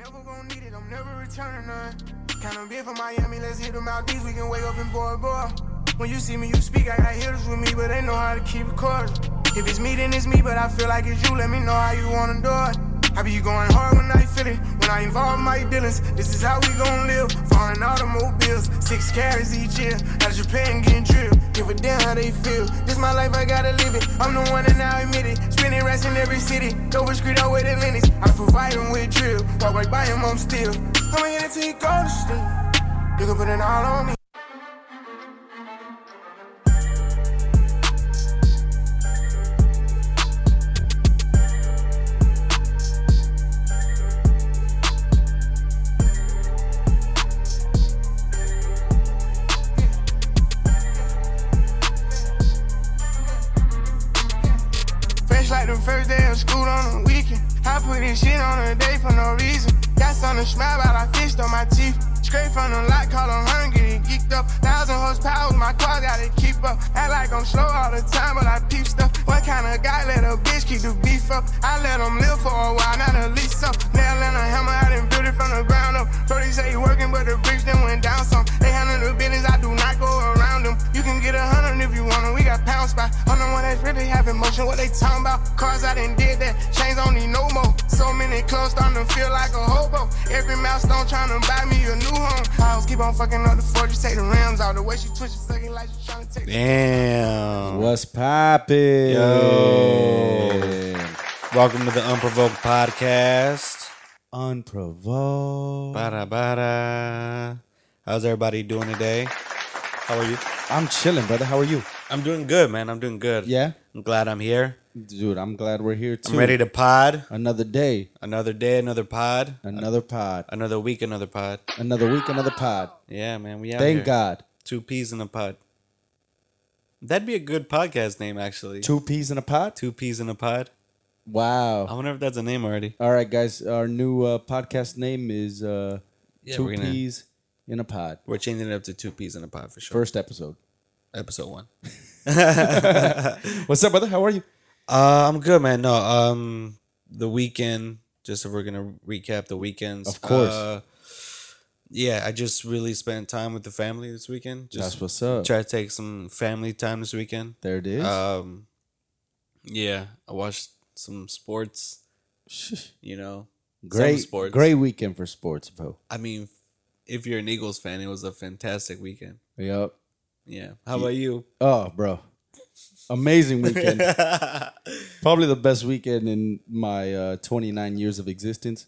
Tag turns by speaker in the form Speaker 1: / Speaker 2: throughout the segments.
Speaker 1: deleted, I'm never returning none. Kinda big for Miami, let's hit the Maldives, we can wake up in Bora Bora. When you see me, you speak, I got hitters with me, but they know how to keep it cordial. If it's me, then it's me, but I feel like it's you, let me know how you wanna do it. I be going hard when I feel it, when I involve my dealings. This is how we gon' live, foreign automobiles, six carats each year. Out of Japan getting drilled, give a damn how they feel. This my life, I gotta live it. I'm the one and I admit it. Spinning rats in every city, Dover Street out with Atlantis. I provide him with drill, walk right by him, I'm still. I'ma hit it till he go to sleep. You can put it all on me. Fresh like the first day of school on the weekend. I put this shit on a day for no reason. Got something to smile about, I fished on my teeth. Straight from the lot, call them hungry and geeked up. Thousand horsepower, my car gotta keep up. Act like I'm slow all the time, but I peep stuff. What kind of guy let a bitch keep the beef up? I let them live for a while, not a lease up. Nail and a hammer, I done built it from the ground up. Brody say he working, but the bricks then went down some. They handle the business, I do not go around them. You can get a hundred if you want 'em, we got pound spot. I'm the one that's really having motion, what they talking about? Cars I done did that, chains don't need no more. So many clothes starting to feel like a hobo. Every milestone trying to buy me a new home. House keep on fucking up the Ford, you take the rims out. The way she twitch, is sucking like she trying to take the
Speaker 2: Damn.
Speaker 3: What's poppin'?
Speaker 2: Yo.
Speaker 3: Welcome to the Unprovoked Podcast.
Speaker 2: Unprovoked.
Speaker 3: Bada bada. How's everybody doing today? How are you?
Speaker 2: I'm chilling, brother. How are you?
Speaker 3: I'm doing good, man. I'm doing good.
Speaker 2: Yeah?
Speaker 3: I'm glad I'm here.
Speaker 2: Dude, I'm glad we're here too.
Speaker 3: I'm ready to pod.
Speaker 2: Another day,
Speaker 3: Another day, another pod.
Speaker 2: another pod,
Speaker 3: Another week, another pod.
Speaker 2: another week, another pod.
Speaker 3: Yeah, man. We out
Speaker 2: Thank
Speaker 3: here.
Speaker 2: God.
Speaker 3: Two peas in a pod. That'd be a good podcast name, actually.
Speaker 2: Two peas in a pod?
Speaker 3: Two peas in a pod.
Speaker 2: Wow.
Speaker 3: I wonder if that's a name already.
Speaker 2: All right, guys. Our new uh, podcast name is uh,
Speaker 3: Yeah,
Speaker 2: Two
Speaker 3: we're gonna-
Speaker 2: Peas in a Pod.
Speaker 3: We're changing it up to two peas in a pod for sure.
Speaker 2: First episode.
Speaker 3: Episode one.
Speaker 2: What's up, brother? How are you?
Speaker 3: Uh, I'm good, man. No, um, the weekend. Just if we're gonna recap the weekends,
Speaker 2: Of course.
Speaker 3: Uh, yeah, I just really spent time with the family this weekend. Just
Speaker 2: That's what's up.
Speaker 3: try to take some family time this weekend.
Speaker 2: There it is.
Speaker 3: Um, yeah, I watched some sports. You know, some
Speaker 2: great,
Speaker 3: sports.
Speaker 2: great weekend for sports, bro.
Speaker 3: I mean, if you're an Eagles fan, it was a fantastic weekend.
Speaker 2: Yep.
Speaker 3: Yeah. How about you?
Speaker 2: Oh, bro. Amazing weekend. Probably the best weekend in my uh, 29 years of existence.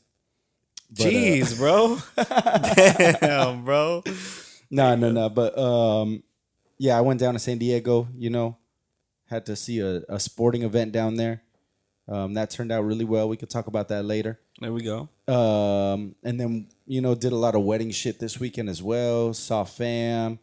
Speaker 2: But, uh,
Speaker 3: Jeez, bro. Damn, bro.
Speaker 2: No, no, no. But um, yeah, I went down to San Diego. You know, had to see a, a sporting event down there. Um, that turned out really well. We could talk about that later.
Speaker 3: There we go.
Speaker 2: Um, and then you know, did a lot of wedding shit this weekend as well. Saw fam.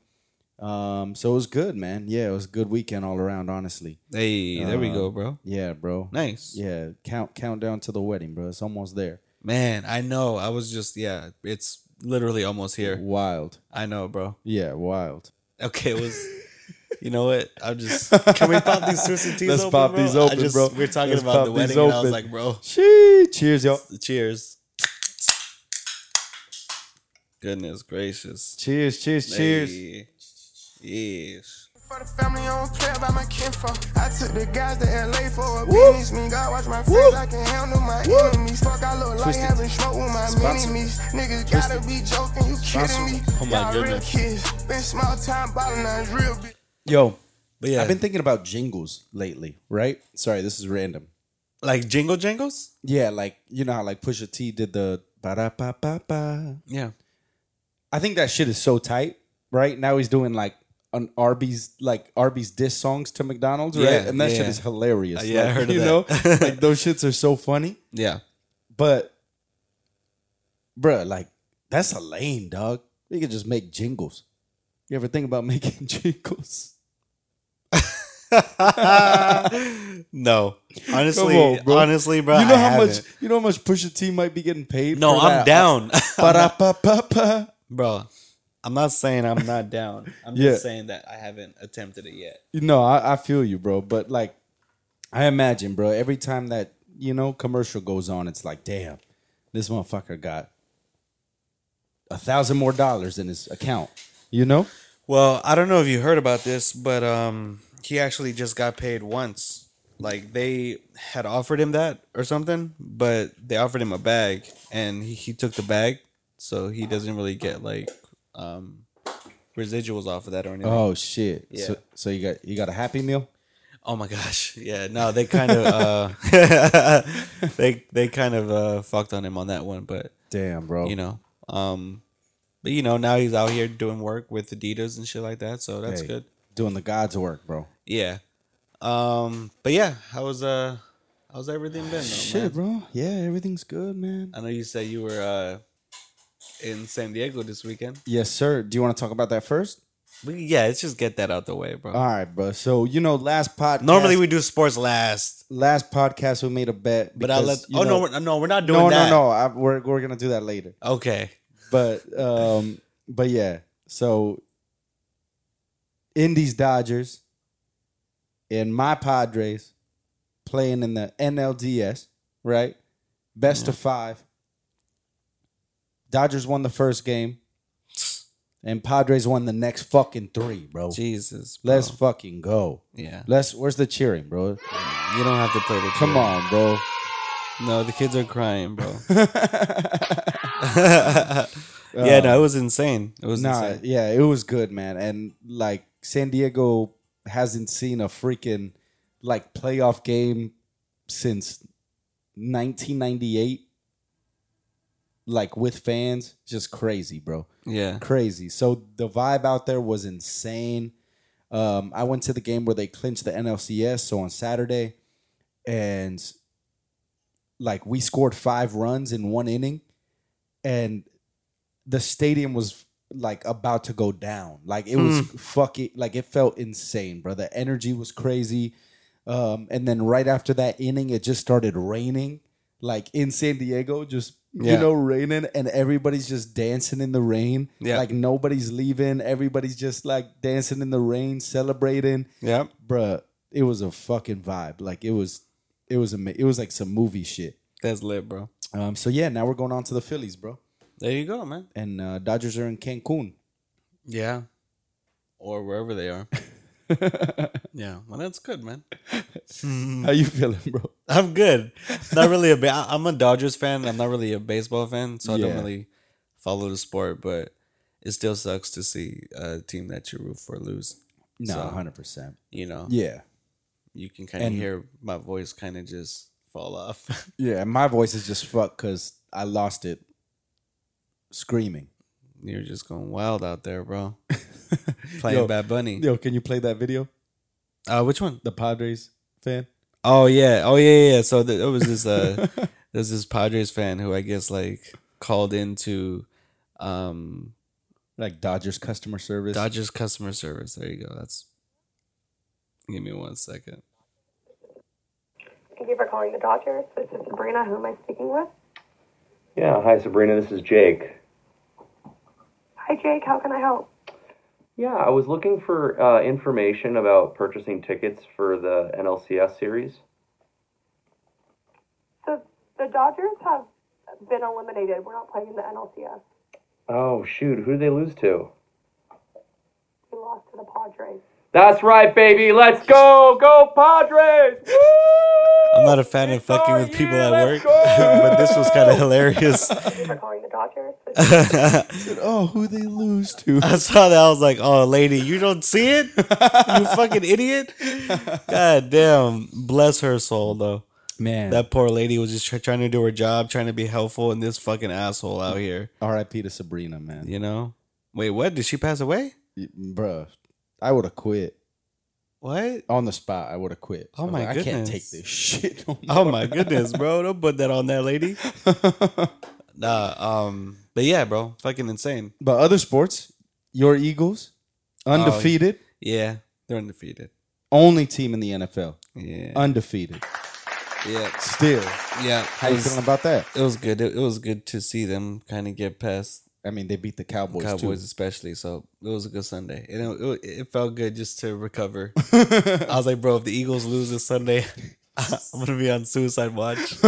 Speaker 2: Um, so it was good, man. Yeah, it was a good weekend all around. Honestly,
Speaker 3: Hey, there we
Speaker 2: Uh,
Speaker 3: go, bro.
Speaker 2: yeah, bro.
Speaker 3: Nice.
Speaker 2: Yeah, count countdown to the wedding, bro. It's almost there.
Speaker 3: Man, I know. I was just yeah, it's literally almost here.
Speaker 2: Wild.
Speaker 3: I know, bro.
Speaker 2: Yeah, wild.
Speaker 3: Okay, it was you know what? I'm just can we pop these twisted teas
Speaker 2: Let's
Speaker 3: open,
Speaker 2: pop
Speaker 3: bro?
Speaker 2: these
Speaker 3: I
Speaker 2: open,
Speaker 3: just-
Speaker 2: bro.
Speaker 3: We're talking
Speaker 2: Let's
Speaker 3: about
Speaker 2: pop
Speaker 3: the
Speaker 2: these
Speaker 3: wedding and I
Speaker 2: open.
Speaker 3: was like, bro,
Speaker 2: Shee, cheers, y'all.
Speaker 3: cheers. Goodness gracious.
Speaker 2: Cheers, cheers, cheers.
Speaker 3: Hey. Yes.
Speaker 1: For the family, I don't care about my kinfolk. I took the guys to LA for a business. Me, God watch my friends, I can handle my enemies. Fuck, I look like
Speaker 2: Twisted.
Speaker 1: having smoke with my
Speaker 2: Sponsored.
Speaker 1: mini-me's. Niggas gotta be joking, you kidding me?
Speaker 3: Oh my
Speaker 1: Y'all real
Speaker 3: goodness.
Speaker 1: kids. Been small time ballin', now it's real big.
Speaker 2: Yo,
Speaker 3: But yeah,
Speaker 2: I've been thinking about jingles lately, right? Sorry, this is random.
Speaker 3: like jingle jangles?
Speaker 2: Yeah, like you know how like Pusha T did the ba da ba ba ba.
Speaker 3: Yeah.
Speaker 2: I think that shit is so tight, right? Now he's doing like an Arby's like Arby's diss songs to McDonald's, right?
Speaker 3: Yeah,
Speaker 2: and that shit
Speaker 3: yeah.
Speaker 2: is hilarious.
Speaker 3: Uh, yeah, I
Speaker 2: Like,
Speaker 3: heard of
Speaker 2: you
Speaker 3: that.
Speaker 2: know, like those shits are so funny.
Speaker 3: Yeah.
Speaker 2: But bruh, like that's a lane, dog. They could just make jingles. You ever think about making jingles?
Speaker 3: no. Honestly,
Speaker 2: on, bro.
Speaker 3: honestly, bro.
Speaker 2: you know
Speaker 3: I
Speaker 2: how
Speaker 3: haven't.
Speaker 2: much you know how much Pusha T might be getting paid.
Speaker 3: No,
Speaker 2: for
Speaker 3: I'm
Speaker 2: that?
Speaker 3: down.
Speaker 2: Ba-da-ba-ba-ba.
Speaker 3: Bro, I'm not saying I'm not down. I'm
Speaker 2: Yeah.
Speaker 3: just saying that I haven't attempted it yet.
Speaker 2: You know, I, I feel you, bro. But like, I imagine, bro. Every time that you know commercial goes on, it's like, damn, this motherfucker got a thousand more dollars in his account. You know?
Speaker 3: Well, I don't know if you heard about this, but um, he actually just got paid once. Like they had offered him that or something, but they offered him a bag, and he, he took the bag, so he doesn't really get like um, residuals off of that or anything.
Speaker 2: Oh shit! So,
Speaker 3: Yeah.
Speaker 2: so you got you got a Happy Meal?
Speaker 3: Oh my gosh. Yeah. No, they kind of uh they they kind of uh fucked on him on that one, but
Speaker 2: Damn, bro.
Speaker 3: you know. Um but you know, now he's out here doing work with Adidas and shit like that, so that's
Speaker 2: Hey,
Speaker 3: good.
Speaker 2: Doing the God's work, bro.
Speaker 3: Yeah. Um but yeah, how's uh how's everything been though, man?
Speaker 2: Shit, bro. Yeah, everything's good, man.
Speaker 3: I know you said you were uh in San Diego this weekend.
Speaker 2: Yes, sir. Do you want to talk about that first?
Speaker 3: We, yeah, let's just get that out the way, bro.
Speaker 2: All right, bro. So you know, last podcast.
Speaker 3: Normally we do sports last,
Speaker 2: last podcast we made a bet.
Speaker 3: but I'll let.
Speaker 2: because, you
Speaker 3: Oh no,
Speaker 2: know-
Speaker 3: we're, no, we're not doing
Speaker 2: no,
Speaker 3: that.
Speaker 2: no, no. I, we're we're gonna do that later.
Speaker 3: no. Okay.
Speaker 2: But um, but yeah. So Indies Dodgers and my Padres playing in the NLDS, right? Best of five. Dodgers won the first game, and Padres won the next fucking three, bro.
Speaker 3: Jesus. bro.
Speaker 2: Let's fucking go.
Speaker 3: yeah.
Speaker 2: Let's. Where's the cheering, bro?
Speaker 3: You don't have to play the
Speaker 2: Come
Speaker 3: tune.
Speaker 2: on, bro.
Speaker 3: No, the kids are crying, bro. yeah, no, it was insane. It was
Speaker 2: Nah,
Speaker 3: insane.
Speaker 2: yeah, it was good, man. And like San Diego hasn't seen a freaking like playoff game since 1998 like with fans, just crazy, bro.
Speaker 3: Yeah.
Speaker 2: Crazy. So the vibe out there was insane. Um I went to the game where they clinched the NLCS so on Saturday and like we scored 5 runs in one inning and the stadium was like about to go down. Like it was
Speaker 3: Hmm.
Speaker 2: fucking like it felt insane, bro. The energy was crazy. Um, and then right after that inning, it just started raining, like in San Diego, just you
Speaker 3: Yeah.
Speaker 2: know, raining, and everybody's just dancing in the rain.
Speaker 3: Yeah.
Speaker 2: Like nobody's leaving. Everybody's just like dancing in the rain, celebrating.
Speaker 3: Yep.
Speaker 2: Bruh, it was a fucking vibe. Like it was it was ama- it was like some movie shit.
Speaker 3: That's lit, bro.
Speaker 2: Um, so yeah, now we're going on to the Phillies, bro.
Speaker 3: There you go, man.
Speaker 2: And uh, Dodgers are in Cancun.
Speaker 3: Yeah. Or wherever they are. yeah. Well, that's good, man.
Speaker 2: How you feeling, bro?
Speaker 3: I'm good. Not really a ba- I- I'm a Dodgers fan. I'm not really a baseball fan, so I
Speaker 2: Yeah.
Speaker 3: don't really follow the sport, but it still sucks to see a team that you root for lose.
Speaker 2: No,
Speaker 3: So-
Speaker 2: hundred percent.
Speaker 3: You know,
Speaker 2: Yeah,
Speaker 3: you can kind of
Speaker 2: And-
Speaker 3: hear my voice kind of just fall off.
Speaker 2: yeah. My voice is just fucked because I lost it screaming.
Speaker 3: You're just going wild out there, bro. Playing
Speaker 2: Yo.
Speaker 3: Bad Bunny.
Speaker 2: Yo, can you play that video?
Speaker 3: Uh, which one?
Speaker 2: The Padres fan.
Speaker 3: Oh yeah, oh yeah, yeah, yeah. So th- there was this uh, there's this Padres fan who I guess like called into um
Speaker 2: Like Dodgers customer service.
Speaker 3: Dodgers customer service. There you go. That's give me one second.
Speaker 4: Thank you for calling the Dodgers. This is Sabrina. Who am I speaking with?
Speaker 5: Yeah, hi Sabrina, this is Jake.
Speaker 4: Hi, Jake. How can I help?
Speaker 5: Yeah, I was looking for uh, information about purchasing tickets for the NLCS series.
Speaker 4: So the Dodgers have been eliminated. We're not playing in the NLCS.
Speaker 5: Oh shoot, who did they lose to?
Speaker 4: We lost to the Padres.
Speaker 5: That's right, baby. Let's go, go Padres!
Speaker 3: I'm not a fan of fucking with people at work, but this was kind of hilarious.
Speaker 4: Thank you for calling the Dodgers. This is
Speaker 2: Oh, who they lose to?
Speaker 3: I saw that. I was like, "Oh, lady, you don't see it, you fucking idiot!" God damn, bless her soul though.
Speaker 2: Man,
Speaker 3: That poor lady was just try trying to do her job, trying to be helpful, and this fucking asshole out here.
Speaker 2: R.I.P. to Sabrina, man.
Speaker 3: You know? Wait, what? Did she pass away?
Speaker 2: Bruh, I would have quit
Speaker 3: What?
Speaker 2: on the spot. I would have quit.
Speaker 3: Oh
Speaker 2: I was
Speaker 3: my
Speaker 2: like, I can't
Speaker 3: goodness.
Speaker 2: take this shit. no more.
Speaker 3: Oh my goodness, bro! Don't put that on that lady. Um, Nah. Um. But yeah, bro. Fucking insane.
Speaker 2: But other sports, your Eagles,
Speaker 3: Oh,
Speaker 2: undefeated,
Speaker 3: Yeah, they're undefeated.
Speaker 2: only team in the NFL,
Speaker 3: Yeah.
Speaker 2: Uh, undefeated.
Speaker 3: yeah.
Speaker 2: Still,
Speaker 3: Yeah.
Speaker 2: how you feeling about that?
Speaker 3: It was good. It, it was good to see them kind of get past
Speaker 2: I mean, they beat the Cowboys,
Speaker 3: Cowboys,
Speaker 2: too.
Speaker 3: especially. So it was a good Sunday. And it, it, it felt good just to recover. I was like, bro, if the Eagles lose this Sunday, I'm gonna be on suicide watch.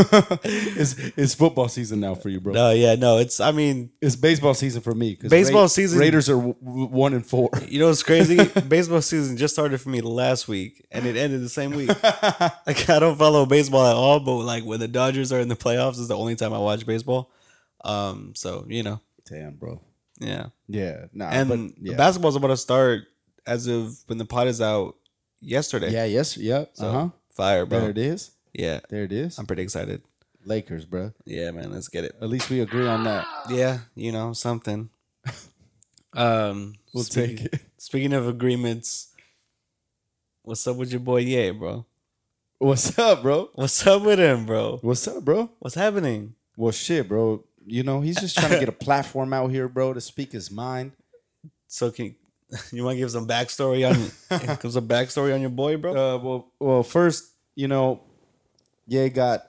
Speaker 2: it's it's football season now for you, bro.
Speaker 3: No, yeah, no. It's I mean,
Speaker 2: It's baseball season for me. 'cause
Speaker 3: Baseball season-
Speaker 2: Raiders are w- w- one and four.
Speaker 3: you know what's crazy? baseball season just started for me last week, and it ended the same week. like I don't follow baseball at all, but like when the Dodgers are in the playoffs, is the only time I watch baseball. Um, so you know,
Speaker 2: Damn, bro.
Speaker 3: yeah.
Speaker 2: Yeah, nah.
Speaker 3: And
Speaker 2: but, yeah.
Speaker 3: basketball's about to start as of when the pot is out yesterday.
Speaker 2: yeah, yes, yep.
Speaker 3: So,
Speaker 2: uh huh.
Speaker 3: Fire,
Speaker 2: There
Speaker 3: bro.
Speaker 2: it is.
Speaker 3: Yeah,
Speaker 2: There it is.
Speaker 3: Uh-huh. I'm pretty excited. Uh,
Speaker 2: Lakers, bro.
Speaker 3: Yeah, man, let's get it.
Speaker 2: At least we agree on that.
Speaker 3: Yeah, you know something. Um,
Speaker 2: We'll
Speaker 3: speaking,
Speaker 2: take it.
Speaker 3: Speaking of agreements, what's up with your boy Ye, bro?
Speaker 2: What's up, bro?
Speaker 3: What's up with him, bro?
Speaker 2: What's up, bro?
Speaker 3: What's happening?
Speaker 2: Well, shit, bro. You know, he's just trying to get a platform out here, bro, to speak his mind.
Speaker 3: So can you want to give some backstory on? give some backstory on your boy, bro.
Speaker 2: Uh, well, well, first, you know, Ye got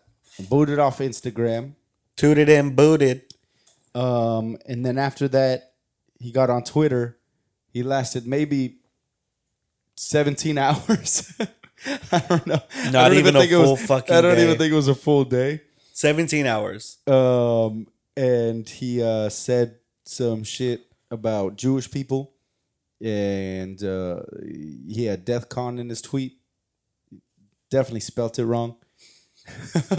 Speaker 2: booted off Instagram.
Speaker 3: Tooted and booted.
Speaker 2: Um, and then after that, he got on Twitter. He lasted maybe 17 hours. I don't know. I
Speaker 3: Not
Speaker 2: don't
Speaker 3: even a
Speaker 2: think it was-
Speaker 3: full fucking
Speaker 2: I don't
Speaker 3: day.
Speaker 2: even think it was a full day.
Speaker 3: Seventeen hours.
Speaker 2: Um, and he uh, said some shit about Jewish people. And uh, he had Death Con in his tweet. Definitely spelt it wrong.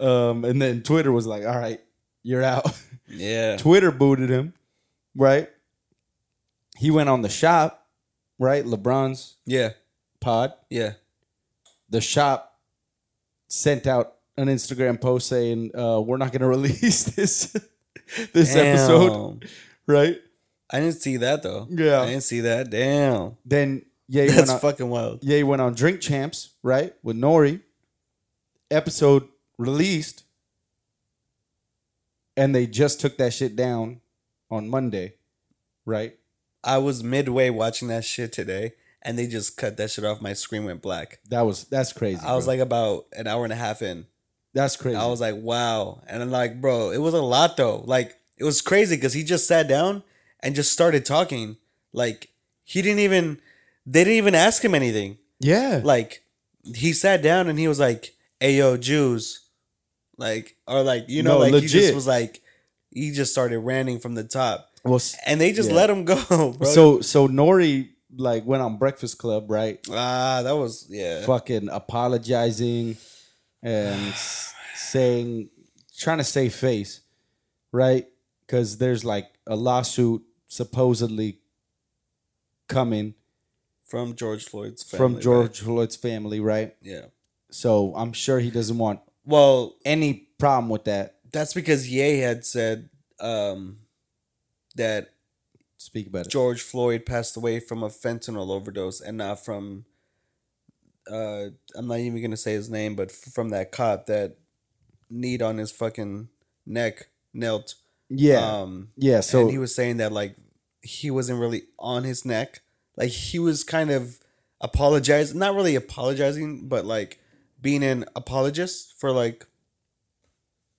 Speaker 2: um, and then Twitter was like, all right, you're out.
Speaker 3: Yeah.
Speaker 2: Twitter booted him, right? He went on the shop, right? LeBron's
Speaker 3: Yeah.
Speaker 2: pod.
Speaker 3: Yeah.
Speaker 2: The shop sent out an Instagram post saying, uh, "We're not going to release this this episode,"
Speaker 3: Damn.
Speaker 2: right?
Speaker 3: I didn't see that though.
Speaker 2: Yeah.
Speaker 3: I didn't see that. Damn.
Speaker 2: Then Ye went
Speaker 3: That's
Speaker 2: on,
Speaker 3: fucking wild.
Speaker 2: Ye went on Drink Champs, right? With Nori. Episode released, and they just took that shit down on Monday, right?
Speaker 3: I was midway watching that shit today, and they just cut that shit off. My screen went black.
Speaker 2: That was that's crazy.
Speaker 3: I was
Speaker 2: bro.
Speaker 3: like about an hour and a half in.
Speaker 2: that's crazy.
Speaker 3: I was like, wow. And I'm like, bro, it was a lot though. Like, it was crazy because he just sat down and just started talking. Like, he didn't even, they didn't even ask him anything.
Speaker 2: yeah,
Speaker 3: Like, he sat down and he was like, Ayo, Jews. Like, or like, you know,
Speaker 2: No,
Speaker 3: like he just
Speaker 2: legit.
Speaker 3: was like, he just started ranting from the top.
Speaker 2: Well, s-
Speaker 3: And they just
Speaker 2: Yeah.
Speaker 3: let him go, bro.
Speaker 2: so so Nori like went on Breakfast Club, right?
Speaker 3: ah, that was, yeah.
Speaker 2: Fucking apologizing and s- saying, trying to save face, right? Because there's like a lawsuit supposedly coming
Speaker 3: From George Floyd's family.
Speaker 2: from
Speaker 3: right?
Speaker 2: George Floyd's family, right?
Speaker 3: Yeah.
Speaker 2: So I'm sure he doesn't want
Speaker 3: Well,
Speaker 2: any problem with that.
Speaker 3: that's because Ye had said um, that
Speaker 2: Speak about it.
Speaker 3: George Floyd passed away from a fentanyl overdose and not from. Uh, I'm not even gonna say his name, but f- from that cop that kneed on his fucking neck, knelt.
Speaker 2: Yeah,
Speaker 3: Um,
Speaker 2: yeah.
Speaker 3: so
Speaker 2: So
Speaker 3: he was saying that like he wasn't really on his neck, like he was kind of apologizing, not really apologizing, but like being an apologist for like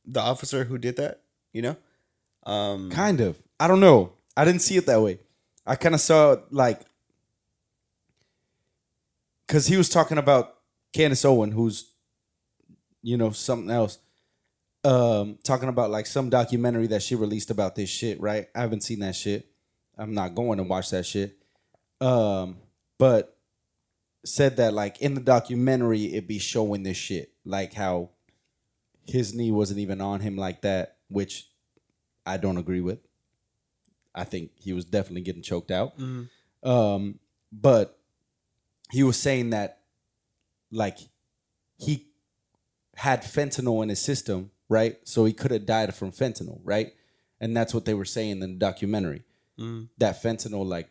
Speaker 3: the officer who did that. You know, um,
Speaker 2: Kind of. I don't know. I didn't see it that way. I kind of saw it like because he was talking about Candace Owen, who's you know something else. Um, talking about like some documentary that she released about this shit, right? I haven't seen that shit. I'm not going to watch that shit. Um, but said that like in the documentary, it'd be showing this shit, like how his knee wasn't even on him like that, which I don't agree with. I think he was definitely getting choked out. Um, but he was saying that, like, he had fentanyl in his system, right? So he could have died from fentanyl, right? And that's what they were saying in the documentary that fentanyl, like,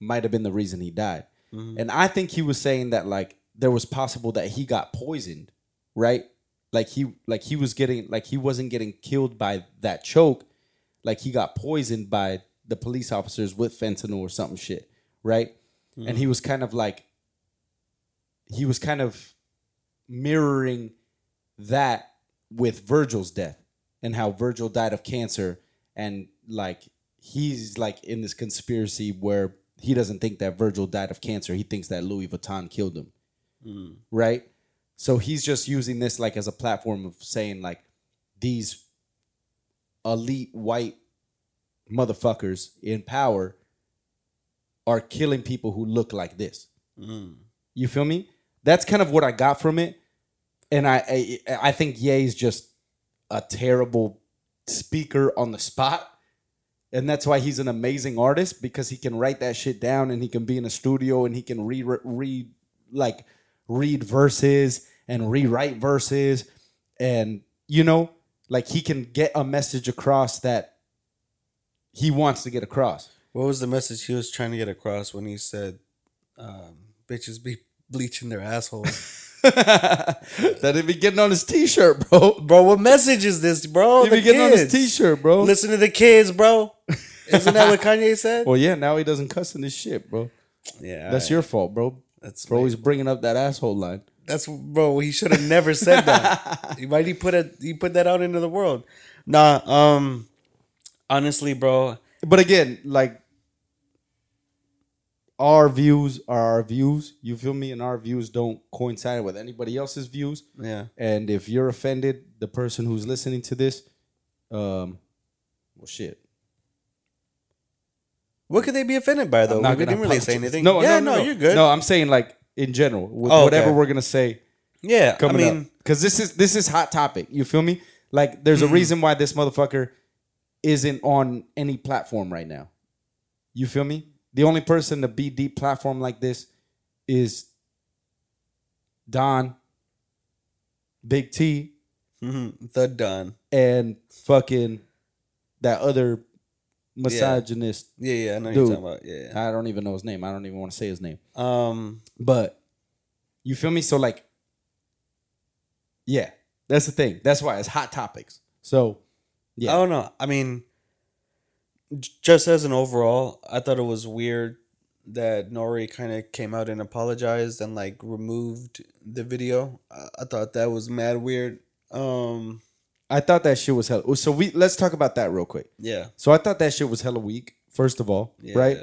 Speaker 2: might have been the reason he died. And I think he was saying that, like, there was possible that he got poisoned, right? Like he like he was getting like he wasn't getting killed by that choke, like he got poisoned by the police officers with fentanyl or something shit, right? And he was kind of like he was kind of mirroring that with Virgil's death and how Virgil died of cancer and like he's like in this conspiracy where he doesn't think that Virgil died of cancer. He thinks that Louis Vuitton killed him. Right? So he's just using this like as a platform of saying like these elite white motherfuckers in power are killing people who look like this.
Speaker 3: mm.
Speaker 2: You feel me? That's kind of what I got from it, and I I, I think Ye's just a terrible speaker on the spot. And that's why he's an amazing artist because he can write that shit down and he can be in a studio and he can re read like read verses and rewrite verses and you know like he can get a message across that he wants to get across.
Speaker 3: What was the message he was trying to get across when he said, um, "Bitches be bleaching their assholes"?
Speaker 2: that he be getting on his t-shirt, bro.
Speaker 3: bro, what message is this, bro?
Speaker 2: He be
Speaker 3: The
Speaker 2: getting on his
Speaker 3: kids.
Speaker 2: t-shirt, bro.
Speaker 3: Listen to the kids, bro. Isn't that what Kanye said?
Speaker 2: Well, yeah, now he doesn't cuss in his shit, bro.
Speaker 3: yeah,
Speaker 2: That's your fault, bro.
Speaker 3: That's
Speaker 2: for always bringing up that asshole line.
Speaker 3: That's bro. He should have never said that. Why did he put a he put that out into the world? Nah. Um. Honestly, bro.
Speaker 2: But again, like our views are our views. You feel me? And our views don't coincide with anybody else's views.
Speaker 3: Yeah.
Speaker 2: And if you're offended, the person who's listening to this, um, well, shit.
Speaker 3: What could they be offended by though?
Speaker 2: I'm
Speaker 3: We
Speaker 2: not
Speaker 3: didn't
Speaker 2: gonna
Speaker 3: really say
Speaker 2: apologize.
Speaker 3: anything.
Speaker 2: No,
Speaker 3: yeah,
Speaker 2: no, no, no.
Speaker 3: you're good.
Speaker 2: No, I'm saying like in general, with
Speaker 3: Oh, okay.
Speaker 2: whatever we're gonna say
Speaker 3: yeah, I
Speaker 2: coming
Speaker 3: mean,
Speaker 2: because this is this is hot topic. You feel me? Like, there's a reason why this motherfucker isn't on any platform right now. You feel me? The only person to be deep platform like this is Don, Big T,
Speaker 3: mhm, the done.
Speaker 2: and fucking that other misogynist.
Speaker 3: Yeah, yeah, I know
Speaker 2: Dude.
Speaker 3: you're talking about. Yeah.
Speaker 2: I don't even know his name. I don't even want to say his name.
Speaker 3: Um.
Speaker 2: But you feel me? So like, yeah, that's the thing. That's why it's hot topics. So Yeah.
Speaker 3: I don't know. I mean, j- just as an overall, I thought it was weird that Nori kind of came out and apologized and like removed the video. I, I thought that was mad weird. Um,
Speaker 2: I thought that shit was hell. So we let's talk about that real quick.
Speaker 3: yeah,
Speaker 2: So I thought that shit was hella weak. First of all,
Speaker 3: yeah
Speaker 2: right?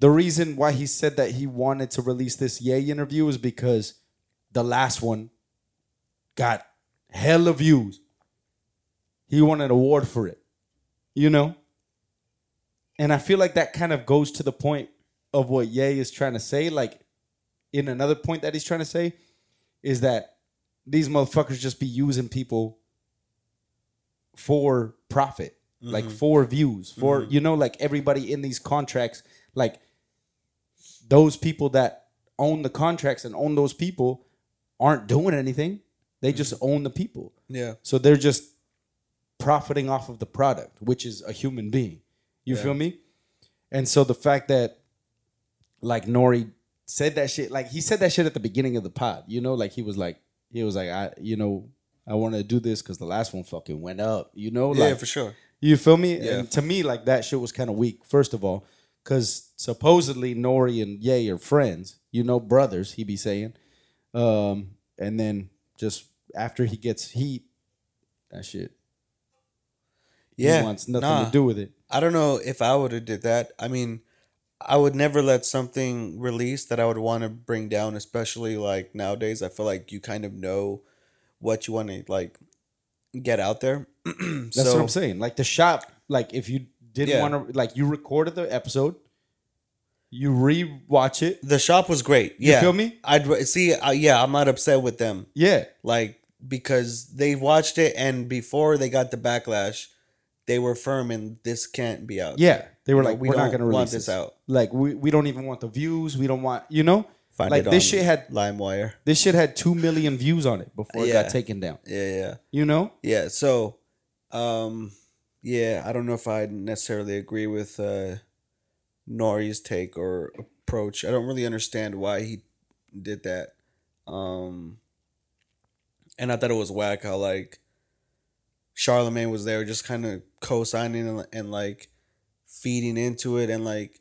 Speaker 2: The reason why he said that he wanted to release this Yay interview is because the last one got hella views. He won an award for it, you know? And I feel like that kind of goes to the point of what Ye is trying to say. Like, in another point that he's trying to say, is that these motherfuckers just be using people for profit, like for views, for, you know, like everybody in these contracts, like those people that own the contracts and own those people aren't doing anything. They just own the people.
Speaker 3: Yeah.
Speaker 2: So they're just profiting off of the product, which is a human being. You feel me? And so the fact that like Nori said that shit, like he said that shit at the beginning of the pod, you know, like he was like, he was like, I, you know, I want to do this because the last one fucking went up, you know,
Speaker 3: Yeah,
Speaker 2: like
Speaker 3: for sure.
Speaker 2: you feel me?
Speaker 3: Yeah.
Speaker 2: And to me, like that shit was kind of weak. First of all, because supposedly Nori and Ye are friends, you know, brothers. He be saying, um, and then just after he gets heat, that shit.
Speaker 3: Yeah,
Speaker 2: he wants nothing
Speaker 3: nah.
Speaker 2: to do with it.
Speaker 3: I don't know if I would have did that. I mean, I would never let something release that I would want to bring down, especially like nowadays. I feel like you kind of know what you want to like get out there.
Speaker 2: That's what I'm saying. Like the shop, like if you didn't
Speaker 3: Yeah.
Speaker 2: want to, like you recorded the episode, you re-watch it.
Speaker 3: The shop was great. Yeah,
Speaker 2: feel me?
Speaker 3: I'd ra- see. I, yeah, I'm not upset with them.
Speaker 2: Yeah,
Speaker 3: Like because they watched it and before they got the backlash, they were firm and this can't be out.
Speaker 2: yeah. They were
Speaker 3: No,
Speaker 2: like,
Speaker 3: we
Speaker 2: we are not
Speaker 3: don't
Speaker 2: going to release
Speaker 3: want
Speaker 2: this
Speaker 3: this out.
Speaker 2: Like we, we don't even want the views. We don't want you know.
Speaker 3: Find
Speaker 2: like
Speaker 3: it
Speaker 2: this
Speaker 3: on
Speaker 2: shit had
Speaker 3: LimeWire.
Speaker 2: This shit had two million views on it before it
Speaker 3: Yeah.
Speaker 2: got taken down.
Speaker 3: Yeah, yeah.
Speaker 2: You know?
Speaker 3: Yeah, so um yeah, I don't know if I necessarily agree with uh Nori's take or approach. I don't really understand why he did that. Um and I thought it was whack how like Charlemagne was there just kind of co-signing and, and like feeding into it and like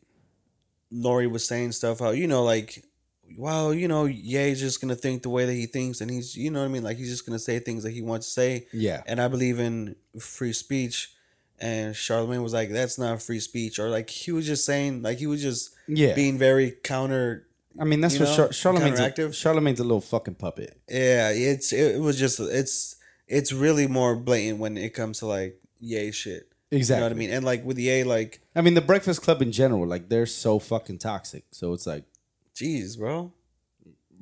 Speaker 3: Nori was saying stuff how you know like wow you know Ye's just gonna think the way that he thinks and he's you know what I mean like he's just gonna say things that he wants to say
Speaker 2: Yeah.
Speaker 3: and I believe in free speech. And Charlemagne was like, "That's not free speech," or like he was just saying, like he was just
Speaker 2: Yeah.
Speaker 3: being very counter
Speaker 2: I mean, that's
Speaker 3: You
Speaker 2: what
Speaker 3: know,
Speaker 2: Char- Charlemagne's. A,
Speaker 3: counteractive.
Speaker 2: Charlemagne's a little fucking puppet.
Speaker 3: Yeah, it's it, was just it's it's really more blatant when it comes to like yay shit. You know what I
Speaker 2: Exactly.
Speaker 3: mean? And like with yay, like
Speaker 2: I mean, the Breakfast Club in general, like they're so fucking toxic. So it's like,
Speaker 3: jeez, bro.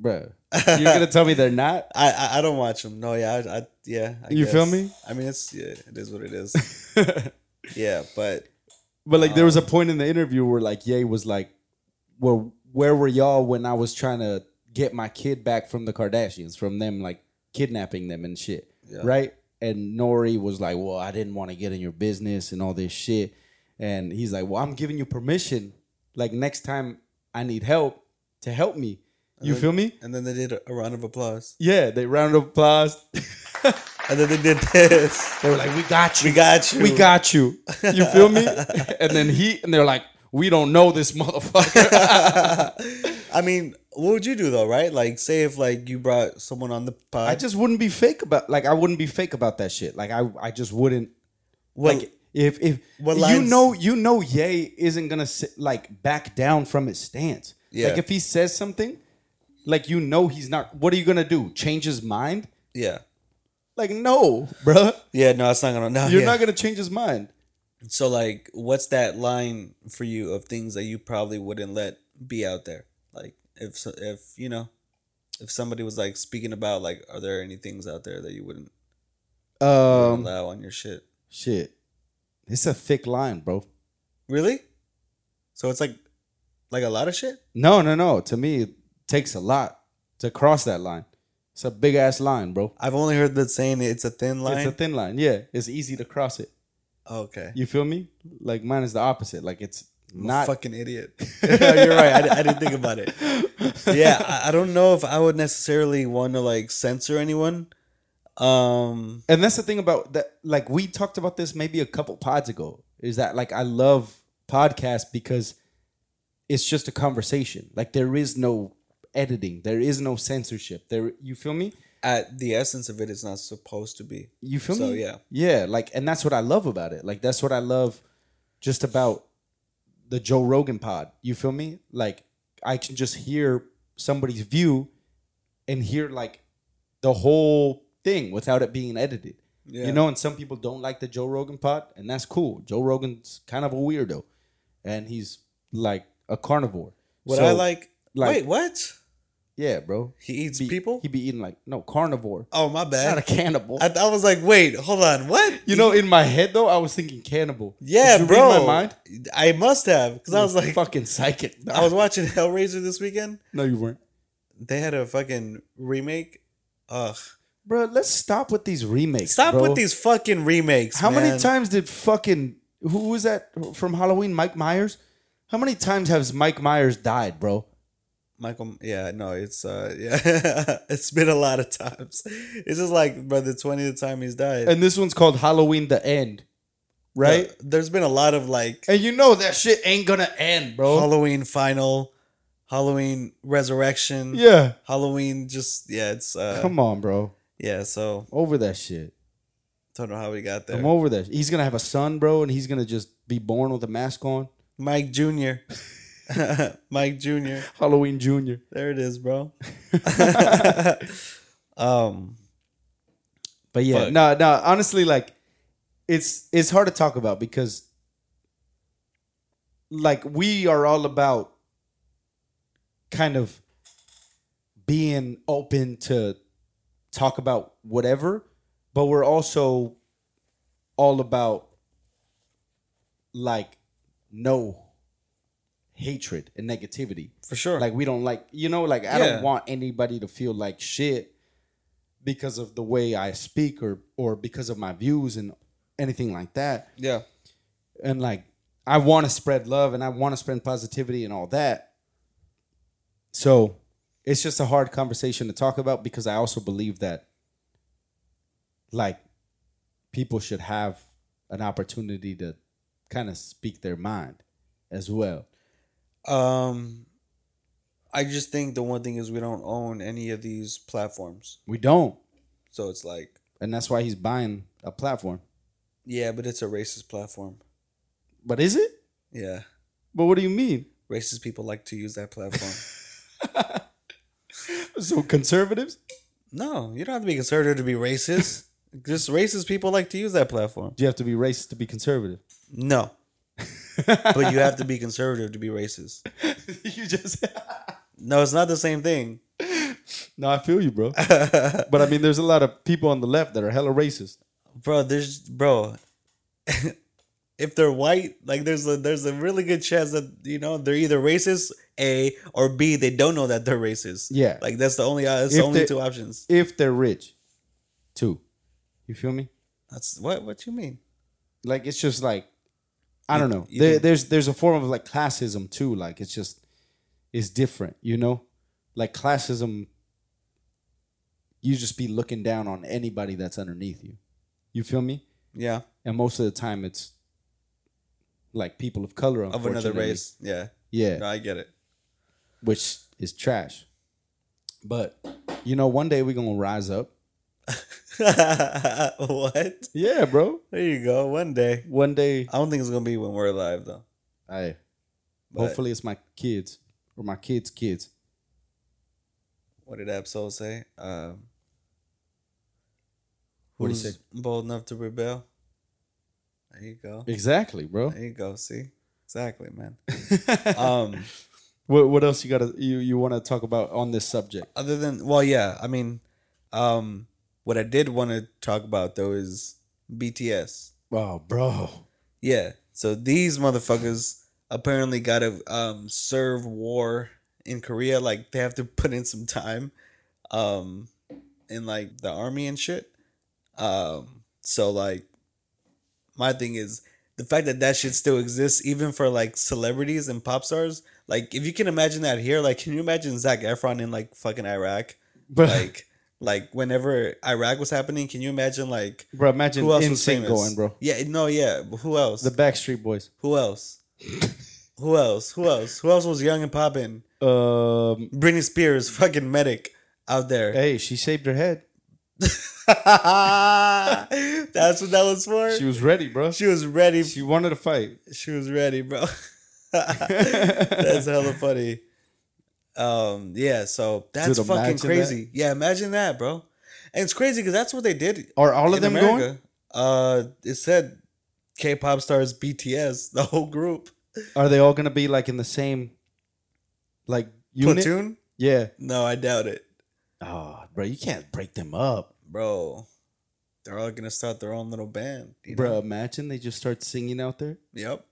Speaker 2: bruh, you're gonna tell me they're not?
Speaker 3: I, I I don't watch them. No, yeah, I, I yeah. I
Speaker 2: You feel
Speaker 3: guess.
Speaker 2: me?
Speaker 3: I mean, it's yeah, it is what it is. yeah, but
Speaker 2: But like, there was a point in the interview where like Ye was like, "Well, where were y'all when I was trying to get my kid back from the Kardashians, from them like kidnapping them and shit,
Speaker 3: Yeah.
Speaker 2: right?" And Nori was like, "Well, I didn't want to get in your business and all this shit," and he's like, "Well, I'm giving you permission. Like next time I need help, to help me. You feel me?
Speaker 3: and then they did a, a round of applause,
Speaker 2: Yeah." They round of applause.
Speaker 3: and then they did this.
Speaker 2: They were like, "We got you.
Speaker 3: We got you.
Speaker 2: we got you. You feel me? and then he and they're like, we don't know this motherfucker.
Speaker 3: I mean, what would you do though, right? Like, say if like you brought someone on the pod,
Speaker 2: I just wouldn't be fake about like I wouldn't be fake about that shit. Like I I just wouldn't
Speaker 3: Well,
Speaker 2: like if if
Speaker 3: what
Speaker 2: you
Speaker 3: lines-
Speaker 2: know you know Ye isn't gonna sit, like back down from his stance.
Speaker 3: Yeah.
Speaker 2: Like if he says something, like you know he's not. What are you gonna do? Change his mind?
Speaker 3: yeah,
Speaker 2: Like no, bruh.
Speaker 3: yeah. No, it's not gonna. No,
Speaker 2: You're
Speaker 3: yeah.
Speaker 2: not gonna change his mind.
Speaker 3: So like, what's that line for you of things that you probably wouldn't let be out there? Like, if so- if you know, if somebody was like speaking about like, are there any things out there that you wouldn't
Speaker 2: Um,
Speaker 3: allow on your shit?
Speaker 2: shit. It's a thick line, bro.
Speaker 3: Really? So it's like, like a lot of shit.
Speaker 2: No, no, no. To me, it takes a lot to cross that line. It's a big ass line, bro.
Speaker 3: I've only heard that saying it's a thin line.
Speaker 2: It's a thin line. Yeah, it's easy to cross it.
Speaker 3: okay.
Speaker 2: You feel me? Like mine is the opposite. Like it's
Speaker 3: I'm a
Speaker 2: not.
Speaker 3: fucking idiot. You're right. I, I didn't think about it. Yeah, I, I don't know if I would necessarily want to like censor anyone. Um,
Speaker 2: And that's the thing about that. Like we talked about this maybe a couple pods ago. Is that like I love podcasts because it's just a conversation. Like there is no editing. There is no censorship. There. You feel me?
Speaker 3: at the essence of it, it's not supposed to be.
Speaker 2: You feel
Speaker 3: So,
Speaker 2: me?
Speaker 3: yeah.
Speaker 2: Yeah, like and that's what I love about it. Like that's what I love just about the Joe Rogan pod. You feel me? Like I can just hear somebody's view and hear like the whole thing without it being edited.
Speaker 3: Yeah.
Speaker 2: You know, and some people don't like the Joe Rogan pod, and that's cool. Joe Rogan's kind of a weirdo and he's like a carnivore.
Speaker 3: What
Speaker 2: So-
Speaker 3: I like,
Speaker 2: like-
Speaker 3: Wait, what?
Speaker 2: Yeah, bro.
Speaker 3: He eats
Speaker 2: Be-
Speaker 3: people.
Speaker 2: He'd be eating like no carnivore.
Speaker 3: oh my
Speaker 2: Not a
Speaker 3: bad.
Speaker 2: cannibal.
Speaker 3: I, I was like, wait, hold on, what?
Speaker 2: You know, in my head though, I was thinking cannibal.
Speaker 3: yeah,
Speaker 2: Did you
Speaker 3: bro.
Speaker 2: Read my mind.
Speaker 3: I must have because I was like,
Speaker 2: fucking psychic.
Speaker 3: I was watching Hellraiser this weekend.
Speaker 2: no, you weren't,
Speaker 3: They had a fucking remake. Ugh.
Speaker 2: bro. Let's stop with these remakes.
Speaker 3: Stop
Speaker 2: bro.
Speaker 3: with these fucking remakes.
Speaker 2: How many
Speaker 3: man.
Speaker 2: times did fucking who was that from Halloween? Mike Myers. How many times has Mike Myers died, bro?
Speaker 3: Michael? Yeah, no, it's uh, yeah, it's been a lot of times. It's just like, bro, the twentieth time he's died.
Speaker 2: And this one's called Halloween: The End, right?
Speaker 3: Yeah, there's been a lot of like
Speaker 2: And you know that shit ain't gonna end, bro.
Speaker 3: Halloween final, Halloween resurrection.
Speaker 2: yeah.
Speaker 3: Halloween just yeah, it's uh
Speaker 2: Come on, bro.
Speaker 3: yeah, so
Speaker 2: Over that shit.
Speaker 3: don't know how we got there.
Speaker 2: I'm over that. He's gonna have a son, bro, and he's gonna just be born with a mask on.
Speaker 3: Mike Jr. Mike Jr.
Speaker 2: Halloween Junior.
Speaker 3: There it is, bro. um
Speaker 2: But yeah,
Speaker 3: Fuck.
Speaker 2: no, no. Honestly, like it's it's hard to talk about because like we are all about kind of being open to talk about whatever, but we're also all about like no hatred and negativity.
Speaker 3: for sure.
Speaker 2: Like we don't like you know, like
Speaker 3: Yeah.
Speaker 2: I don't want anybody to feel like shit because of the way I speak or or because of my views and anything like that.
Speaker 3: yeah.
Speaker 2: And like I want to spread love and I want to spread positivity and all that. So it's just a hard conversation to talk about because I also believe that like people should have an opportunity to kind of speak their mind as well.
Speaker 3: Um I just think the one thing is we don't own any of these platforms.
Speaker 2: We don't.
Speaker 3: So it's like
Speaker 2: And that's why he's buying a platform.
Speaker 3: yeah, but it's a racist platform.
Speaker 2: But is it?
Speaker 3: Yeah.
Speaker 2: But what do you mean?
Speaker 3: Racist people like to use that platform.
Speaker 2: So conservatives?
Speaker 3: No, you don't have to be conservative to be racist. Just racist people like to use that platform.
Speaker 2: Do you have to be racist to be conservative?
Speaker 3: No. but you have to be conservative to be racist.
Speaker 2: you just
Speaker 3: No, it's not the same thing.
Speaker 2: No, I feel you, bro. but I mean there's a lot of people on the left that are hella racist.
Speaker 3: Bro, there's bro. if they're white, like there's a there's a really good chance that you know they're either racist, A, or B, they don't know that they're racist.
Speaker 2: Yeah.
Speaker 3: Like that's the only uh, that's the
Speaker 2: If
Speaker 3: only
Speaker 2: they-
Speaker 3: two options.
Speaker 2: If they're rich. Too. You feel me?
Speaker 3: That's what what you mean?
Speaker 2: Like it's just like I don't know.
Speaker 3: you
Speaker 2: There,
Speaker 3: think-
Speaker 2: there's there's a form of like classism too. Like it's just it's different, you know? Like classism you just be looking down on anybody that's underneath you. You feel me?
Speaker 3: Yeah.
Speaker 2: and most of the time it's like people of color
Speaker 3: Of another
Speaker 2: unfortunately.
Speaker 3: race. Yeah.
Speaker 2: yeah
Speaker 3: No, I get it.
Speaker 2: which is trash but you know one day we're gonna rise up
Speaker 3: what?
Speaker 2: yeah bro
Speaker 3: There you go. One day.
Speaker 2: one day
Speaker 3: I don't think it's gonna be when we're alive though.
Speaker 2: i
Speaker 3: But
Speaker 2: hopefully it's my kids or my kids kids
Speaker 3: what did Absol say? Um,
Speaker 2: What do you
Speaker 3: who's
Speaker 2: say?
Speaker 3: bold enough to rebel? There you go.
Speaker 2: exactly bro
Speaker 3: There you go. See, exactly, man. um,
Speaker 2: what, what else you gotta you, you want to talk about on this subject
Speaker 3: other than well, yeah. I mean, um, what I did want to talk about though is BTS.
Speaker 2: oh bro
Speaker 3: Yeah. So these motherfuckers apparently got to um, serve war in Korea. Like they have to put in some time um, in like the army and shit. Um, so like my thing is the fact that that shit still exists even for like celebrities and pop stars. Like if you can imagine that here, like can you imagine Zach Efron in like fucking Iraq?
Speaker 2: but like,
Speaker 3: Like like whenever Iraq was happening, can you imagine like
Speaker 2: bro imagine
Speaker 3: who else
Speaker 2: in
Speaker 3: was famous?
Speaker 2: going bro
Speaker 3: Yeah, no, yeah. but Who else?
Speaker 2: the backstreet boys
Speaker 3: Who else? Who else? Who else? Who else was young and popping?
Speaker 2: um
Speaker 3: Britney Spears, fucking medic out there.
Speaker 2: hey she shaved her head
Speaker 3: That's what that was for.
Speaker 2: she
Speaker 3: She,
Speaker 2: was ready bro she,
Speaker 3: was ready.
Speaker 2: she wanted to fight
Speaker 3: She was ready, bro. that's hella funny. Um, yeah. So that's
Speaker 2: Dude,
Speaker 3: fucking
Speaker 2: imagine that.
Speaker 3: crazy. Yeah, imagine that, bro. And it's crazy because that's what they did.
Speaker 2: Are all of
Speaker 3: in
Speaker 2: them going?
Speaker 3: Uh, it said K-pop stars BTS, the whole group.
Speaker 2: Are they all gonna be like in the same like unit?
Speaker 3: Platoon?
Speaker 2: Yeah.
Speaker 3: No, I doubt it.
Speaker 2: Oh, bro, you can't break them up,
Speaker 3: bro, they're all gonna start their own little band, you
Speaker 2: bro.
Speaker 3: know?
Speaker 2: Imagine they just start singing out there.
Speaker 3: Yep,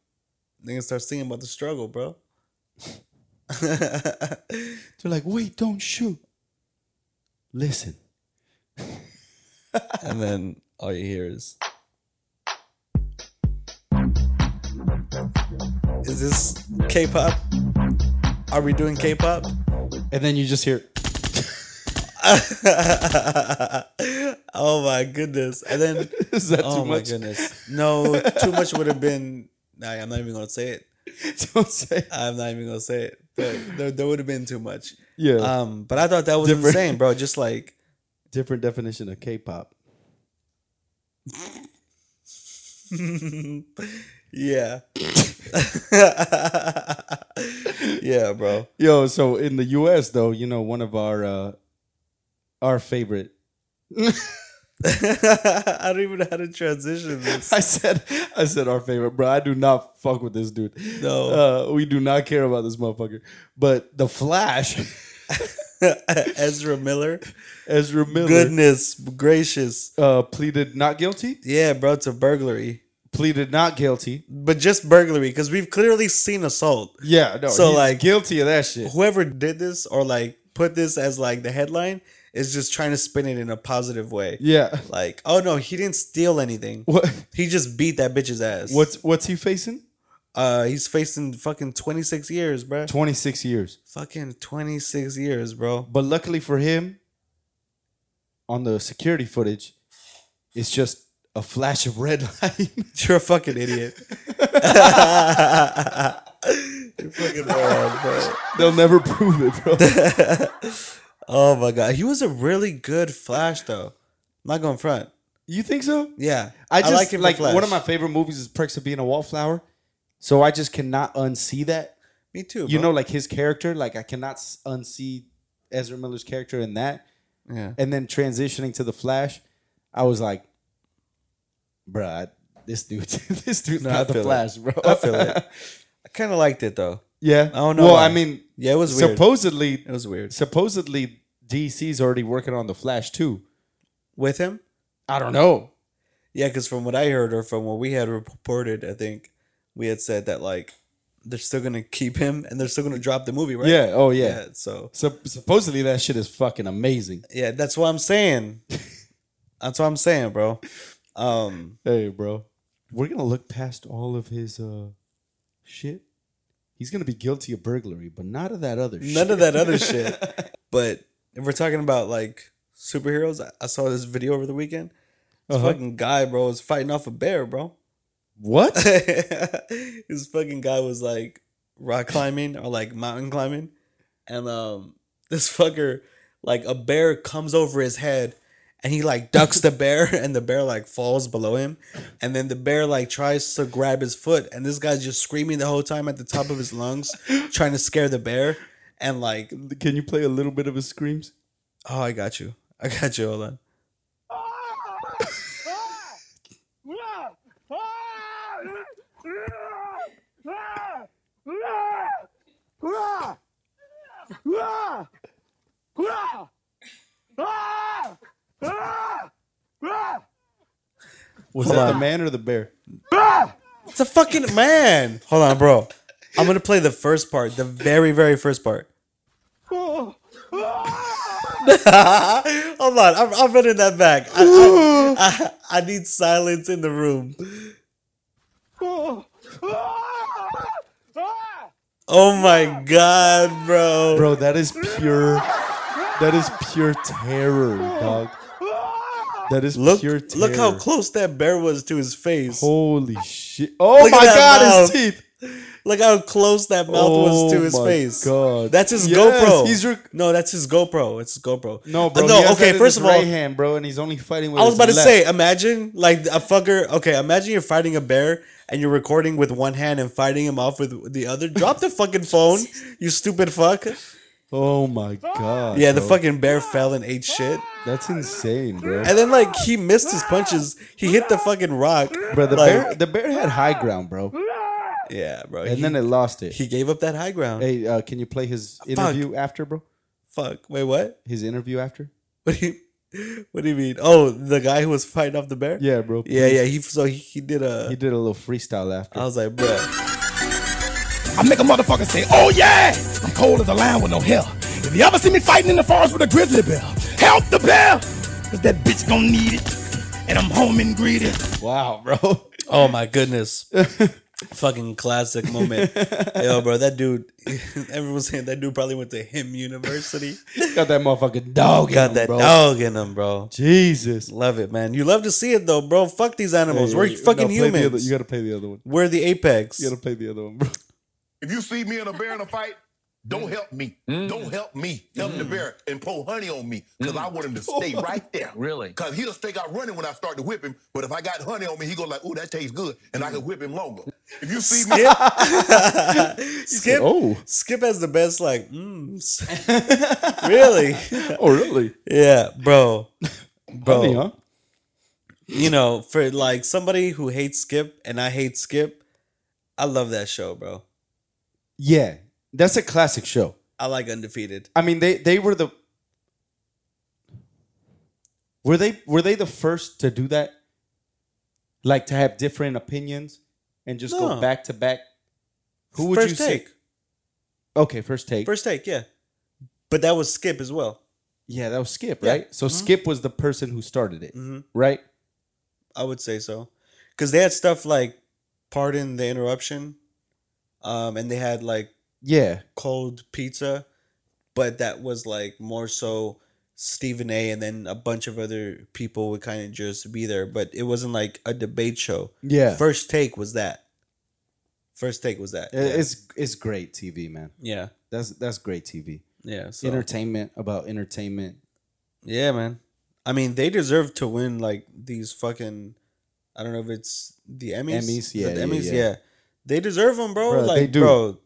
Speaker 3: they gonna start singing about the struggle, bro.
Speaker 2: They're like, wait, don't shoot. Listen,
Speaker 3: and then all you hear is, is this K-pop? Are we doing K-pop?
Speaker 2: and then you just hear.
Speaker 3: oh my goodness! And then
Speaker 2: Is that
Speaker 3: oh
Speaker 2: too
Speaker 3: my
Speaker 2: much?
Speaker 3: goodness, no, too much would have been. Nah, I'm not even gonna say it.
Speaker 2: don't say.
Speaker 3: I'm not even gonna say it. There, there, there would have been too much.
Speaker 2: Yeah,
Speaker 3: Um, but I thought that was
Speaker 2: Different.
Speaker 3: insane, bro. Just like
Speaker 2: different definition of K-pop.
Speaker 3: yeah, yeah, bro.
Speaker 2: Yo, so in the U.S. though, you know, one of our uh our favorite.
Speaker 3: I don't even know how to transition this.
Speaker 2: I said, I said our favorite, bro. I do not fuck with this dude.
Speaker 3: No,
Speaker 2: Uh, we do not care about this motherfucker. But the Flash.
Speaker 3: Ezra Miller.
Speaker 2: Ezra Uh. Miller
Speaker 3: Goodness gracious,
Speaker 2: uh, pleaded not guilty.
Speaker 3: yeah, bro, to burglary,
Speaker 2: Pleaded not guilty.
Speaker 3: but just burglary because we've clearly seen assault.
Speaker 2: Yeah, no.
Speaker 3: So,
Speaker 2: he's
Speaker 3: like-
Speaker 2: guilty of that shit.
Speaker 3: whoever did this or like put this as like the headline is just trying to spin it in a positive way.
Speaker 2: Yeah.
Speaker 3: Like, oh no, he didn't steal anything.
Speaker 2: What?
Speaker 3: He just beat that bitch's ass.
Speaker 2: What's what's he facing?
Speaker 3: Uh, he's facing fucking twenty six years, bro.
Speaker 2: Twenty six years.
Speaker 3: fucking twenty six years, bro.
Speaker 2: But luckily for him, on the security footage, it's just a flash of red light.
Speaker 3: You're a fucking idiot. You're fucking wrong, bro.
Speaker 2: They'll never prove it, bro.
Speaker 3: Oh my god, he was a really good Flash though. I'm not going front.
Speaker 2: you think so?
Speaker 3: Yeah,
Speaker 2: I just like,
Speaker 3: him for
Speaker 2: one of my
Speaker 3: Flash.
Speaker 2: favorite movies is Perks of Being a Wallflower. So I just cannot unsee that.
Speaker 3: Me too.
Speaker 2: You
Speaker 3: bro.
Speaker 2: know, like his character, like I cannot s- unsee Ezra Miller's character in that,
Speaker 3: Yeah.
Speaker 2: and then transitioning to the Flash, I was like, bruh, this dude, this dude's
Speaker 3: No, I
Speaker 2: not the
Speaker 3: feel it.
Speaker 2: Flash, bro.
Speaker 3: I feel it. I kind of liked it though.
Speaker 2: yeah.
Speaker 3: I don't know
Speaker 2: Well,
Speaker 3: why.
Speaker 2: I mean,
Speaker 3: Yeah, it was weird.
Speaker 2: supposedly,
Speaker 3: it was weird
Speaker 2: supposedly DC's already working on the Flash too.
Speaker 3: with him.
Speaker 2: I don't know.
Speaker 3: Yeah, because from what I heard or from what we had reported, I think we had said that like they're still gonna keep him and they're still gonna drop the movie, right?
Speaker 2: Yeah. Oh yeah.
Speaker 3: so
Speaker 2: So supposedly that shit is fucking amazing.
Speaker 3: yeah, that's what I'm saying. that's what I'm saying, bro. Um,
Speaker 2: Hey, bro. We're gonna look past all of his uh shit. He's gonna be guilty of burglary, but not of that other shit.
Speaker 3: none of that other shit. But if we're talking about like superheroes, I, I saw this video over the weekend. This
Speaker 2: Uh-huh.
Speaker 3: fucking guy, bro, was fighting off a bear, bro.
Speaker 2: What?
Speaker 3: this fucking guy was like rock climbing or like mountain climbing, and um, this fucker like a bear comes over his head, and he like ducks the bear, and the bear like falls below him, and then the bear like tries to grab his foot, and this guy's just screaming the whole time at the top of his lungs, trying to scare the bear, and like,
Speaker 2: Can you play a little bit of his screams?
Speaker 3: oh, I got you, I got you, hold on.
Speaker 2: Was
Speaker 3: Hold
Speaker 2: that
Speaker 3: on.
Speaker 2: the man or the bear?
Speaker 3: It's a fucking man. Hold on, bro. I'm gonna play the first part, the very, very first part. Hold on, I'm, I'm running that back. I, I, I, I need silence in the room. Oh my god, bro.
Speaker 2: Bro, that is pure that is pure terror, dog. That is
Speaker 3: look,
Speaker 2: pure terror.
Speaker 3: look how close that bear was to his face.
Speaker 2: Holy shit. Oh
Speaker 3: Look at
Speaker 2: my
Speaker 3: that
Speaker 2: god, his
Speaker 3: mouth.
Speaker 2: teeth.
Speaker 3: Look how close that mouth was to
Speaker 2: Oh
Speaker 3: his
Speaker 2: my
Speaker 3: face.
Speaker 2: God.
Speaker 3: That's his
Speaker 2: Yes,
Speaker 3: GoPro.
Speaker 2: he's your-
Speaker 3: no, that's his GoPro. It's his GoPro.
Speaker 2: No,
Speaker 3: Uh,
Speaker 2: bro.
Speaker 3: no, okay, first of all,
Speaker 2: right hand, bro, and he's only fighting with
Speaker 3: I was
Speaker 2: his
Speaker 3: about to
Speaker 2: left.
Speaker 3: say, imagine like a fucker. Okay, imagine you're fighting a bear and you're recording with one hand and fighting him off with the other. Drop the fucking phone, you stupid fuck.
Speaker 2: Oh my god.
Speaker 3: Yeah, the
Speaker 2: bro.
Speaker 3: fucking bear fell and ate shit.
Speaker 2: That's insane, bro.
Speaker 3: And then like he missed his punches. He hit the fucking rock.
Speaker 2: Bro, the
Speaker 3: like,
Speaker 2: bear, the bear had high ground, bro,
Speaker 3: Yeah, bro.
Speaker 2: and
Speaker 3: he,
Speaker 2: then it lost it.
Speaker 3: he gave up that high ground.
Speaker 2: hey, uh, can you play his interview after, bro?
Speaker 3: Fuck. Wait, what?
Speaker 2: His interview after?
Speaker 3: What do you what do you mean? Oh, the guy who was fighting off the bear?
Speaker 2: Yeah, bro.
Speaker 3: Yeah, yeah. He so he, he did a.
Speaker 2: He did a little freestyle after.
Speaker 3: I was like, bro.
Speaker 6: I make a motherfucker say, oh yeah! I'm cold as a lion with no hair. If you ever see me fighting in the forest with a grizzly bear, help the bear! Cause that bitch gon' need it. And I'm home and greedy.
Speaker 2: wow, bro.
Speaker 3: Oh my goodness. Fucking classic moment. Yo, bro, that dude, everyone's saying that dude probably went to him university.
Speaker 2: Got that motherfucking dog. in
Speaker 3: Got
Speaker 2: him,
Speaker 3: that
Speaker 2: bro.
Speaker 3: dog in him, bro.
Speaker 2: Jesus.
Speaker 3: Love it, man. You love to see it, though, bro. Fuck these animals. We're
Speaker 2: Hey,
Speaker 3: fucking
Speaker 2: no, play the
Speaker 3: humans.
Speaker 2: other- you gotta play the other one.
Speaker 3: We're the apex.
Speaker 2: You gotta play the other one, bro.
Speaker 7: If you see me and a bear in a fight, don't help me. Don't help me. Help the bear and pour honey on me because I want him to stay right there.
Speaker 6: Really?
Speaker 7: Because he'll stay out running when I start to whip him. But if I got honey on me, he go like, ooh, that tastes good. And I can whip him longer. If you see me,
Speaker 3: Skip,
Speaker 2: Oh.
Speaker 3: Skip has the best, like, mm. really?
Speaker 2: Oh, really?
Speaker 3: Yeah, bro. Bro.
Speaker 2: Funny, huh?
Speaker 3: you know, for like somebody who hates Skip and I hate Skip, I love that show, bro.
Speaker 2: Yeah, that's a classic show.
Speaker 3: I like Undefeated.
Speaker 2: I mean, they they were the were they were they the first to do that? Like to have different opinions and just go
Speaker 3: No.
Speaker 2: back to back. Who would
Speaker 3: First
Speaker 2: you
Speaker 3: take.
Speaker 2: say? Okay, first take.
Speaker 3: First take, yeah. But that was Skip as well.
Speaker 2: yeah, that was Skip,
Speaker 3: Yeah. Mm-hmm.
Speaker 2: right? So Skip was the person who started it, right?
Speaker 3: I would say so. Because they had stuff like Pardon the Interruption, um, and they had like
Speaker 2: Yeah,
Speaker 3: Cold Pizza, but that was like more so Stephen A. and then a bunch of other people would kind of just be there. But it wasn't like a debate show.
Speaker 2: yeah.
Speaker 3: First take was that. First take was that.
Speaker 2: It- It's it's great TV, man.
Speaker 3: yeah.
Speaker 2: That's that's great TV.
Speaker 3: Yeah. So.
Speaker 2: Entertainment about entertainment.
Speaker 3: Yeah, man. I mean, they deserve to win like these fucking. I don't know if it's the Emmys.
Speaker 2: Emmys,
Speaker 3: The
Speaker 2: yeah, yeah,
Speaker 3: Emmys,
Speaker 2: yeah.
Speaker 3: yeah. They deserve them, bro.
Speaker 2: Bruh, they
Speaker 3: like,
Speaker 2: do.
Speaker 3: bro,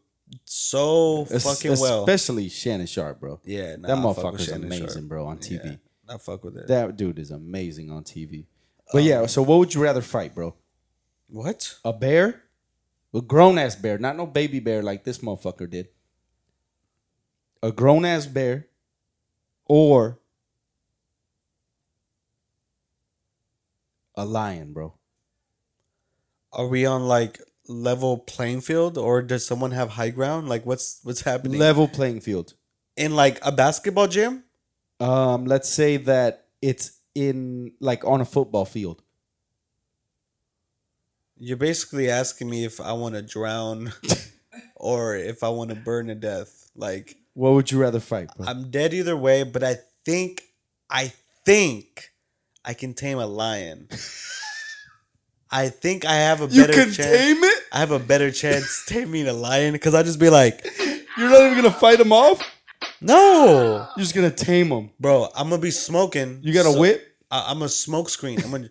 Speaker 3: so
Speaker 2: Es-
Speaker 3: fucking well.
Speaker 2: Especially Shannon Sharp, bro.
Speaker 3: Yeah, nah,
Speaker 2: that
Speaker 3: I fuck with
Speaker 2: motherfucker's
Speaker 3: Shannon
Speaker 2: amazing,
Speaker 3: Sharp.
Speaker 2: bro, on TV.
Speaker 3: I fuck with it.
Speaker 2: That dude is amazing on TV. But yeah, so what would you rather fight, bro?
Speaker 3: Oh, what?
Speaker 2: A bear? A grown ass bear, not no baby bear like this motherfucker did. A grown ass bear or a lion, bro.
Speaker 3: Are we on like level playing field or does someone have high ground? Like what's what's happening?
Speaker 2: Level playing field.
Speaker 3: in like a basketball gym?
Speaker 2: Um, let's say that it's in like on a football field.
Speaker 3: You're basically asking me if I want to drown or if I want to burn to death. Like
Speaker 2: What would you rather fight, bro?
Speaker 3: I'm dead either way, but I think I think I can tame a lion. I think I have a better chance.
Speaker 2: it?
Speaker 3: I have a better chance taming a lion because I just be like,
Speaker 2: You're not even gonna fight him off.
Speaker 3: no,
Speaker 2: You're just gonna tame him.
Speaker 3: bro, I'm gonna be smoking.
Speaker 2: You got a
Speaker 3: so-
Speaker 2: whip?
Speaker 3: I, I'm a smoke screen. I'm gonna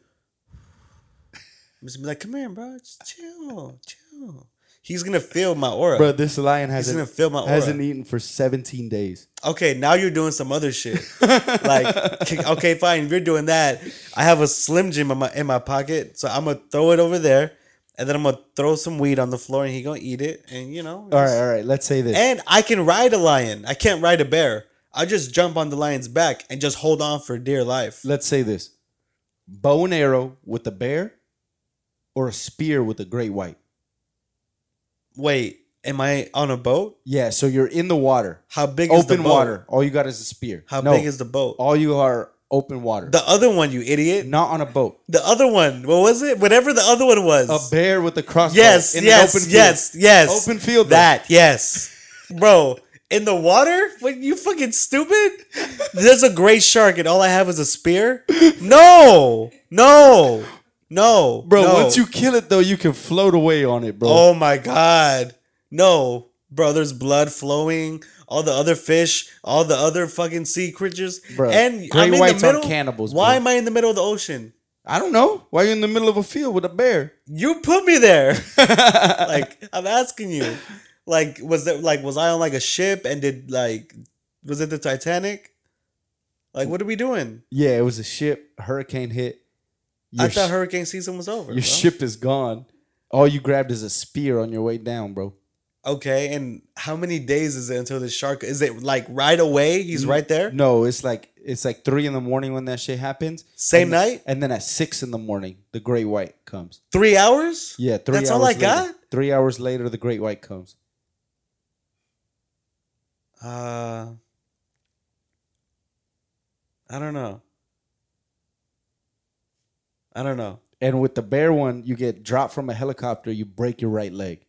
Speaker 3: I'm just be like, come here, bro, just chill, chill. He's gonna feel my aura.
Speaker 2: Bro, this lion
Speaker 3: He's gonna
Speaker 2: hasn't
Speaker 3: feel my aura.
Speaker 2: hasn't eaten for 17 days.
Speaker 3: okay, now you're doing some other shit. like, okay, fine, if you're doing that, I have a Slim Jim in my in my pocket, so I'm gonna throw it over there, and then I'm gonna throw some weed on the floor, and he gonna eat it, and you know.
Speaker 2: All
Speaker 3: just-
Speaker 2: right, all right. Let's say this.
Speaker 3: And I can ride a lion. I can't ride a bear. I just jump on the lion's back and just hold on for dear life.
Speaker 2: let's say this. Bow and arrow with a bear, or a spear with a great white.
Speaker 3: Wait, am I on a boat?
Speaker 2: Yeah. So you're in the water,
Speaker 3: How big is the
Speaker 2: open
Speaker 3: boat?
Speaker 2: water. All you got is a spear.
Speaker 3: How
Speaker 2: No,
Speaker 3: big is the boat?
Speaker 2: all you are open water.
Speaker 3: The other one, you idiot.
Speaker 2: not on a boat.
Speaker 3: The other one. What was it? Whatever the other one was.
Speaker 2: A bear with a crossbow.
Speaker 3: Yes,
Speaker 2: in an
Speaker 3: yes,
Speaker 2: open field.
Speaker 3: yes, yes.
Speaker 2: Open field, though.
Speaker 3: That, yes. Bro, in the water? What you fucking stupid? There's a great shark and all I have is a spear? No. No. No.
Speaker 2: Bro,
Speaker 3: no.
Speaker 2: once you kill it though, you can float away on it, bro.
Speaker 3: Oh my god. No. Bro, there's blood flowing, all the other fish, all the other fucking sea creatures.
Speaker 2: Bro,
Speaker 3: and
Speaker 2: great
Speaker 3: I'm in
Speaker 2: whites
Speaker 3: the
Speaker 2: aren't
Speaker 3: middle.
Speaker 2: cannibals,
Speaker 3: Why
Speaker 2: bro.
Speaker 3: am I in the middle of the ocean?
Speaker 2: I don't know. Why you in the middle of a field with a bear?
Speaker 3: you put me there. like I'm asking you. Like was that like was I on like a ship and did like was it the Titanic? Like what are we doing?
Speaker 2: Yeah, it was a ship. Hurricane hit. Your,
Speaker 3: I thought
Speaker 2: sh-
Speaker 3: hurricane season was over. bro.
Speaker 2: your ship is gone. All you grabbed is a spear on your way down, bro.
Speaker 3: Okay, and how many days is it until the shark is it like right away? He's right there?
Speaker 2: No, it's like it's like three in the morning when that shit happens.
Speaker 3: Same
Speaker 2: And-
Speaker 3: night?
Speaker 2: and then at six in the morning, the great white comes.
Speaker 3: Three hours?
Speaker 2: Yeah, three.
Speaker 3: That's
Speaker 2: hours
Speaker 3: all I
Speaker 2: later.
Speaker 3: got?
Speaker 2: Three hours later, the great white comes.
Speaker 3: Uh I don't know. I don't know.
Speaker 2: And with the bear one, you get dropped from a helicopter. You break your right leg.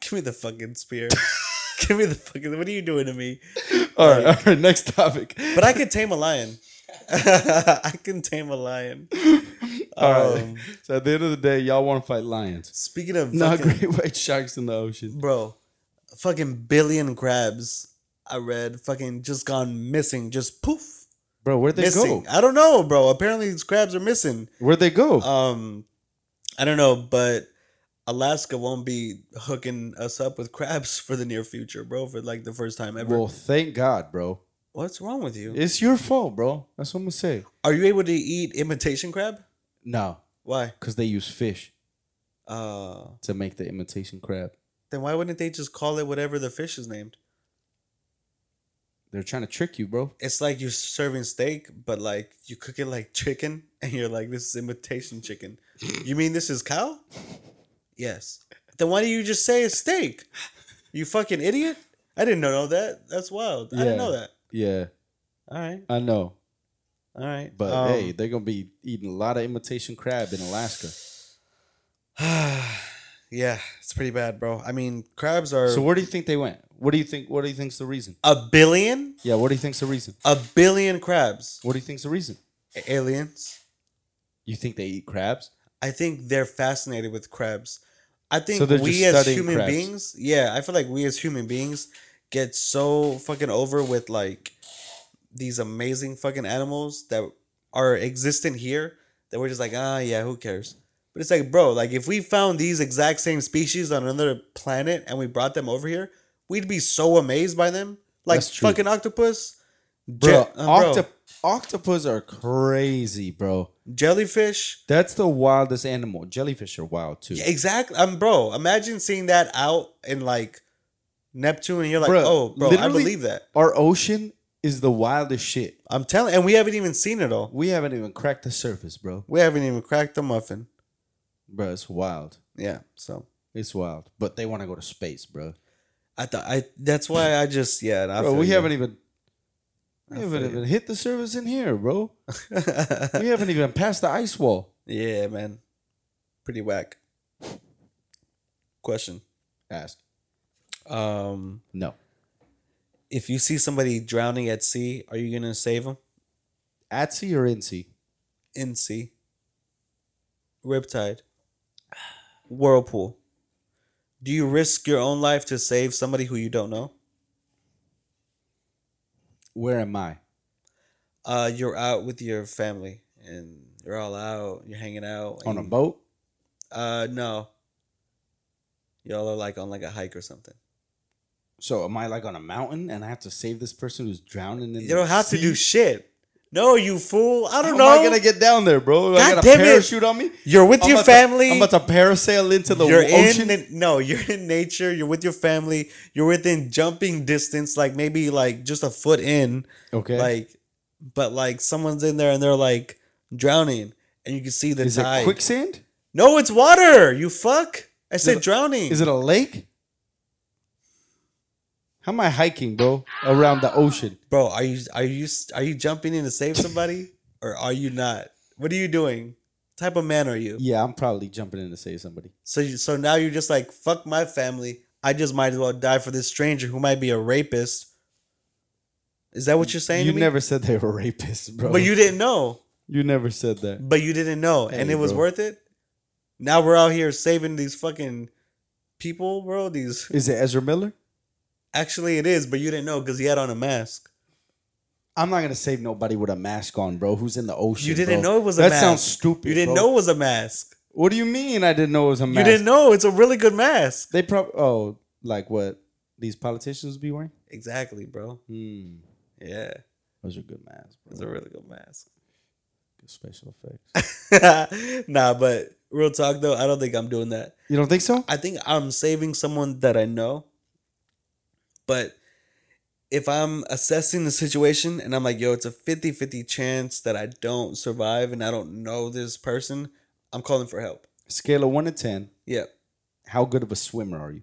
Speaker 3: Give me the fucking spear. Give me the fucking. What are you doing to me?
Speaker 2: All right, all right. Next topic.
Speaker 3: But I could tame a lion. I can tame a lion.
Speaker 2: All right.
Speaker 3: Um,
Speaker 2: So at the end of the day, y'all want to fight lions,
Speaker 3: Speaking of
Speaker 2: not
Speaker 3: fucking-
Speaker 2: great white sharks in the ocean.
Speaker 3: bro, fucking billion crabs. I read fucking just gone missing. Just poof,
Speaker 2: Bro, where'd they
Speaker 3: missing.
Speaker 2: go?
Speaker 3: I don't know, bro. Apparently these crabs are missing.
Speaker 2: Where'd they go?
Speaker 3: Um, I don't know, but Alaska won't be hooking us up with crabs for the near future, bro. For like the first time ever.
Speaker 2: well, thank God, bro.
Speaker 3: What's wrong with you?
Speaker 2: It's your fault, bro. That's what I'm gonna say.
Speaker 3: Are you able to eat imitation crab?
Speaker 2: No,
Speaker 3: Why?
Speaker 2: because they use fish
Speaker 3: Uh,
Speaker 2: to make the imitation crab.
Speaker 3: then why wouldn't they just call it whatever the fish is named?
Speaker 2: They're trying to trick you, bro.
Speaker 3: It's like you're serving steak, but like you cook it like chicken, and you're like, this is imitation chicken. you mean this is cow? Yes. Then why do you just say it's steak? You fucking idiot! I didn't know that. That's wild. I
Speaker 2: Yeah.
Speaker 3: didn't know that.
Speaker 2: Yeah,
Speaker 3: All right,
Speaker 2: I know.
Speaker 3: all right.
Speaker 2: But
Speaker 3: Um,
Speaker 2: hey, they're gonna be eating a lot of imitation crab in Alaska.
Speaker 3: yeah, it's pretty bad, bro. I mean, crabs are
Speaker 2: So where do you think they went? What do you think? What do you think's the reason?
Speaker 3: a billion,
Speaker 2: Yeah, what do you think's the reason?
Speaker 3: a billion crabs.
Speaker 2: What do you think's the reason?
Speaker 3: Aliens.
Speaker 2: You think they eat crabs?
Speaker 3: I think they're fascinated with crabs. I think
Speaker 2: So they're
Speaker 3: we
Speaker 2: just
Speaker 3: as
Speaker 2: studying
Speaker 3: human
Speaker 2: crabs.
Speaker 3: beings, yeah, I feel like we as human beings get so fucking over with like these amazing fucking animals that are existent here that we're just like, ah, yeah, who cares? But it's like, bro, like if we found these exact same species on another planet and we brought them over here, we'd be so amazed by them. Like
Speaker 2: That's true.
Speaker 3: fucking octopus,
Speaker 2: bro,
Speaker 3: Je- uh, bro.
Speaker 2: octop- octopus are crazy, bro.
Speaker 3: jellyfish.
Speaker 2: That's the wildest animal. Jellyfish are wild too.
Speaker 3: Exactly. Um, bro, imagine seeing that out in like Neptune and you're like,
Speaker 2: Bro,
Speaker 3: oh, bro, I
Speaker 2: literally-
Speaker 3: believe that.
Speaker 2: Our ocean is the wildest shit.
Speaker 3: I'm telling, and we haven't even seen it all.
Speaker 2: We haven't even cracked the surface, bro.
Speaker 3: We haven't even cracked the muffin.
Speaker 2: Bro, it's wild.
Speaker 3: Yeah, so
Speaker 2: It's wild. But they want to go to space, bro.
Speaker 3: I thought I. That's why I just yeah. I
Speaker 2: Bro,
Speaker 3: feel
Speaker 2: we
Speaker 3: you.
Speaker 2: haven't even we
Speaker 3: I
Speaker 2: haven't
Speaker 3: feel
Speaker 2: even hit the surface in here, bro. we haven't even passed the ice wall.
Speaker 3: Yeah, man, pretty whack. Question:
Speaker 2: Ask.
Speaker 3: Um,
Speaker 2: No.
Speaker 3: If you see somebody drowning at sea, are you gonna save them
Speaker 2: At sea or in sea?
Speaker 3: in sea? Riptide, whirlpool. Do you risk your own life to save somebody who you don't know?
Speaker 2: Where am I?
Speaker 3: Uh, you're out with your family and you're all out. You're hanging out
Speaker 2: On a
Speaker 3: and-
Speaker 2: boat?
Speaker 3: Uh, no. Y'all are like on like a hike or something.
Speaker 2: So am I like on a mountain and I have to save this person who's drowning in
Speaker 3: You don't have to do
Speaker 2: shit.
Speaker 3: shit. No, you fool. I
Speaker 2: How
Speaker 3: don't
Speaker 2: am
Speaker 3: know.
Speaker 2: I gonna get down there, bro? I
Speaker 3: God
Speaker 2: got a
Speaker 3: damn it.
Speaker 2: parachute on me.
Speaker 3: You're with
Speaker 2: I'm
Speaker 3: your
Speaker 2: about to-
Speaker 3: family.
Speaker 2: I'm about to parasail into the
Speaker 3: you're
Speaker 2: ocean.
Speaker 3: in no, you're in nature. You're with your family. You're within jumping distance, like maybe like just a foot in.
Speaker 2: okay.
Speaker 3: Like, but like someone's in there and they're like drowning, and you can see the
Speaker 2: is
Speaker 3: tide.
Speaker 2: it quicksand?
Speaker 3: no, it's water. You fuck. I said
Speaker 2: it-
Speaker 3: drowning.
Speaker 2: Is it a lake? How am I hiking, bro? Around the ocean?
Speaker 3: Bro, are you are you are you jumping in to save somebody or are you not? What are you doing? type of man are you?
Speaker 2: Yeah, I'm probably jumping in to save somebody.
Speaker 3: So you, so now you're just like fuck my family. I just might as well die for this stranger who might be a rapist. Is that what you're saying?
Speaker 2: you
Speaker 3: to me?
Speaker 2: never said they were rapists, bro.
Speaker 3: but you didn't know.
Speaker 2: You never said that.
Speaker 3: But you didn't know, and
Speaker 2: Hey,
Speaker 3: it was
Speaker 2: bro.
Speaker 3: worth it. Now we're out here saving these fucking people, bro. These
Speaker 2: Is it Ezra Miller?
Speaker 3: actually it is, but you didn't know because he had on a mask.
Speaker 2: I'm not gonna save nobody with a mask on, bro. Who's in the ocean?
Speaker 3: You didn't
Speaker 2: bro.
Speaker 3: know it was a
Speaker 2: that
Speaker 3: mask.
Speaker 2: sounds stupid.
Speaker 3: You didn't
Speaker 2: bro.
Speaker 3: know it was a mask.
Speaker 2: What do you mean? I didn't know it was a mask.
Speaker 3: You didn't know it's a really good mask.
Speaker 2: They probably oh like what these politicians be wearing?
Speaker 3: Exactly, bro.
Speaker 2: Hmm.
Speaker 3: Yeah,
Speaker 2: Those are good masks,
Speaker 3: it's
Speaker 2: bro.
Speaker 3: a really good mask.
Speaker 2: Good special effects.
Speaker 3: nah, but real talk though, I don't think I'm doing that.
Speaker 2: you don't think so?
Speaker 3: I think I'm saving someone that I know. But if I'm assessing the situation and I'm like, yo, it's a 50 50 chance that I don't survive and I don't know this person, I'm calling for help.
Speaker 2: Scale of one to ten.
Speaker 3: Yeah.
Speaker 2: How good of a swimmer are you?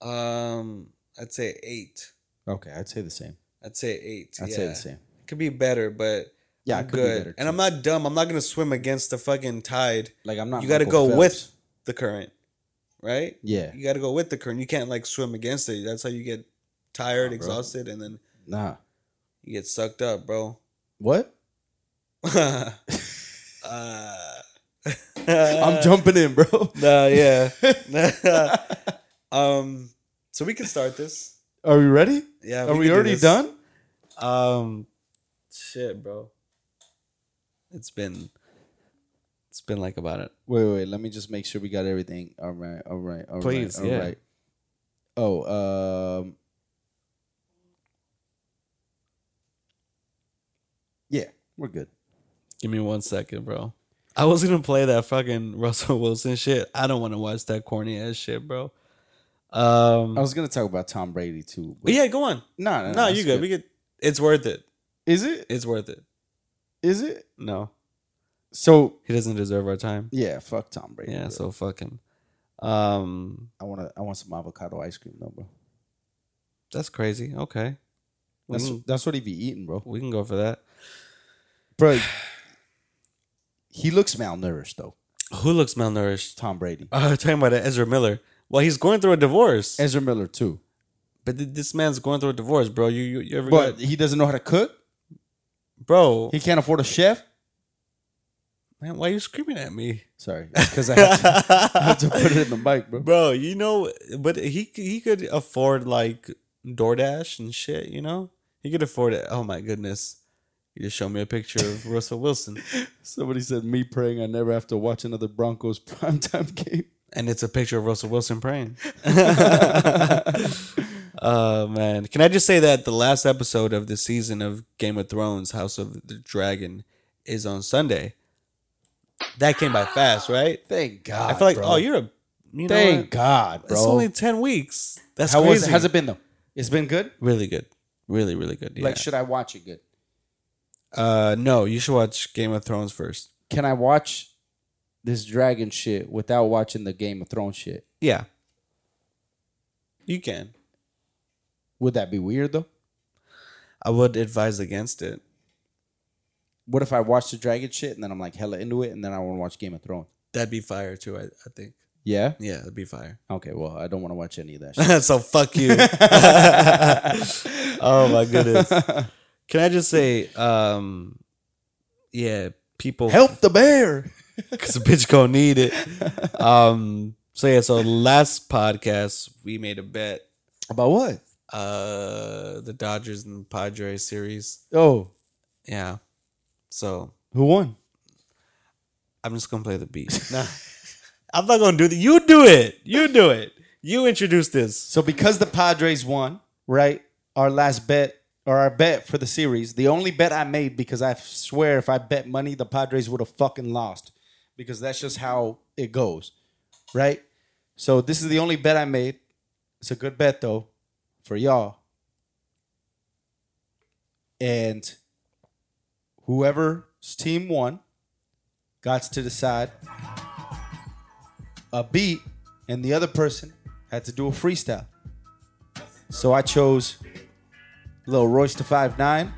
Speaker 3: Um, I'd say eight.
Speaker 2: Okay, I'd say the same.
Speaker 3: I'd say eight.
Speaker 2: I'd
Speaker 3: yeah.
Speaker 2: say the same.
Speaker 3: Could be better, but
Speaker 2: Yeah,
Speaker 3: I'm
Speaker 2: it could
Speaker 3: good.
Speaker 2: be better.
Speaker 3: and I'm not dumb. I'm not gonna swim against the fucking tide.
Speaker 2: like I'm not.
Speaker 3: you got to
Speaker 2: Michael
Speaker 3: go with
Speaker 2: Phelps.
Speaker 3: the current, right?
Speaker 2: Yeah.
Speaker 3: You got to go with the current. You can't like swim against it. That's how you get tired,
Speaker 2: Nah, bro.
Speaker 3: exhausted, and then
Speaker 2: Nah.
Speaker 3: you get sucked up, bro.
Speaker 2: What?
Speaker 3: uh,
Speaker 2: I'm jumping in, bro.
Speaker 3: Nah, yeah. um, so we can start this.
Speaker 2: Are we ready?
Speaker 3: Yeah.
Speaker 2: Are
Speaker 3: can
Speaker 2: we
Speaker 3: do
Speaker 2: already
Speaker 3: this.
Speaker 2: done?
Speaker 3: Um, shit, bro. It's been, it's been like about it.
Speaker 2: Wait, wait, wait. Let me just make sure we got everything. All right, all right, all right,
Speaker 3: Please,
Speaker 2: all
Speaker 3: yeah.
Speaker 2: right. Oh, um, yeah, we're good.
Speaker 3: Give me one second, bro. I was gonna play that fucking Russell Wilson shit. I don't want to watch that corny ass shit, bro. Um,
Speaker 2: I was gonna talk about Tom Brady too.
Speaker 3: but yeah, go on.
Speaker 2: no, no, no,
Speaker 3: No,
Speaker 2: that's
Speaker 3: you good. We could. It's worth it.
Speaker 2: Is it?
Speaker 3: It's worth it.
Speaker 2: Is it?
Speaker 3: No,
Speaker 2: So
Speaker 3: he doesn't deserve our time.
Speaker 2: yeah, fuck Tom Brady.
Speaker 3: Yeah,
Speaker 2: bro.
Speaker 3: so fucking. Um,
Speaker 2: I want to. I want some avocado ice cream though, bro.
Speaker 3: that's crazy. Okay, we
Speaker 2: That's
Speaker 3: can,
Speaker 2: that's what he be eating, bro.
Speaker 3: we can go for that.
Speaker 2: Bro, he looks malnourished though.
Speaker 3: Who looks malnourished?
Speaker 2: Tom Brady,
Speaker 3: Uh, talking about Ezra Miller. Well, he's going through a divorce.
Speaker 2: Ezra Miller too,
Speaker 3: but th- this man's going through a divorce, bro. You you, you ever
Speaker 2: but
Speaker 3: got-
Speaker 2: he doesn't know how to cook.
Speaker 3: bro?
Speaker 2: He can't afford a chef.
Speaker 3: man, why are you screaming at me?
Speaker 2: Sorry, because I, had to- I had to put it in the mic, bro.
Speaker 3: Bro, you know, but he he could afford like DoorDash and shit. You know, he could afford it. Oh my goodness, You just show me a picture of Russell Wilson,
Speaker 2: Somebody said, "Me praying I never have to watch another Broncos primetime game."
Speaker 3: and it's a picture of Russell Wilson praying. Oh man! Can I just say that the last episode of the season of Game of Thrones, House of the Dragon, is on Sunday. That came by fast, right?
Speaker 2: Thank God.
Speaker 3: I feel like,
Speaker 2: bro.
Speaker 3: oh, you're a. You know
Speaker 2: Thank
Speaker 3: what?
Speaker 2: God, bro.
Speaker 3: It's only ten weeks. That's
Speaker 2: How
Speaker 3: crazy.
Speaker 2: was it? How's it been though? It's been good.
Speaker 3: Really good. Really, really good. Yeah.
Speaker 2: Like, should I watch it? Good.
Speaker 3: uh, no, you should watch Game of Thrones first.
Speaker 2: Can I watch this dragon shit without watching the Game of Thrones shit?
Speaker 3: Yeah. You can.
Speaker 2: Would that be weird though?
Speaker 3: I would advise against it.
Speaker 2: What if I watch the dragon shit and then I'm like hella into it and then I want to watch Game of Thrones?
Speaker 3: That'd be fire too. I, I think.
Speaker 2: Yeah.
Speaker 3: Yeah, that'd be fire.
Speaker 2: Okay. Well, I don't want to watch any of that. shit.
Speaker 3: so fuck you. oh my goodness. Can I just say, um, yeah, people
Speaker 2: Help the bear.
Speaker 3: because the bitch gonna need it. Um, so yeah, so last podcast we made a bet,
Speaker 2: About what?
Speaker 3: uh, the Dodgers and Padres series.
Speaker 2: Oh,
Speaker 3: Yeah. So
Speaker 2: who won?
Speaker 3: I'm just gonna play the beat. Nah. I'm not gonna do that. You do it. You do it. You introduce this.
Speaker 2: So because the Padres won, right? Our last bet or our bet for the series, the only bet I made because I swear if I bet money, the Padres would have fucking lost because that's just how it goes, right? So this is the only bet I made. It's a good bet though for y'all. And whoever's team won got to decide a beat and the other person had to do a freestyle. So I chose Lil Royce to 5'9,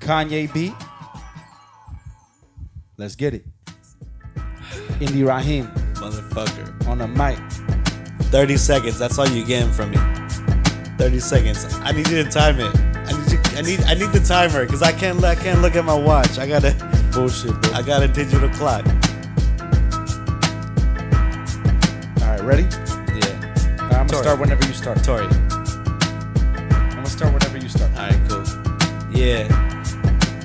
Speaker 2: Kanye beat. Let's get it. Indy Raheem
Speaker 3: Motherfucker.
Speaker 2: on the mic.
Speaker 3: 30 seconds. That's all you getting from me. 30 seconds. I need you to time it. I need you, I need I need the timer because I can't I can't look at my watch. I gotta
Speaker 2: Bullshit, bro.
Speaker 3: I got a digital clock.
Speaker 2: All right, ready?
Speaker 3: Yeah.
Speaker 2: All right, I'm going to
Speaker 3: Sorry.
Speaker 2: start whenever you start.
Speaker 3: Tori. All
Speaker 2: I'm going to start whenever you start.
Speaker 3: right, cool. Yeah.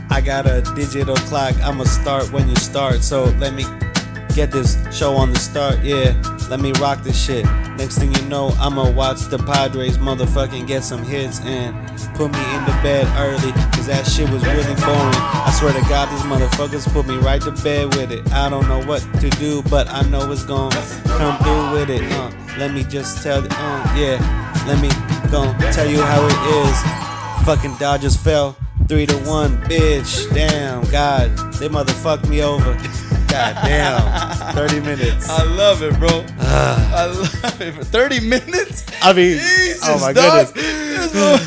Speaker 3: I got a digital clock. I'ma start when you start. So let me get this show on the start. Yeah. Let me rock this shit. Next thing you know, I'ma watch the Padres motherfucking get some hits and put me in the bed early. Cause that shit was really boring. I swear to God, these motherfuckers put me right to bed with it. I don't know what to do, but I know it's gonna come through with it. Uh, let me just tell you, uh, yeah. Let me go tell you how it is. Fucking Dodgers fell three to one, bitch. Damn, God, they motherfucked me over. God damn, thirty minutes.
Speaker 2: I love it, bro. I love it. For 30 minutes?
Speaker 3: I mean, oh my goodness,
Speaker 2: There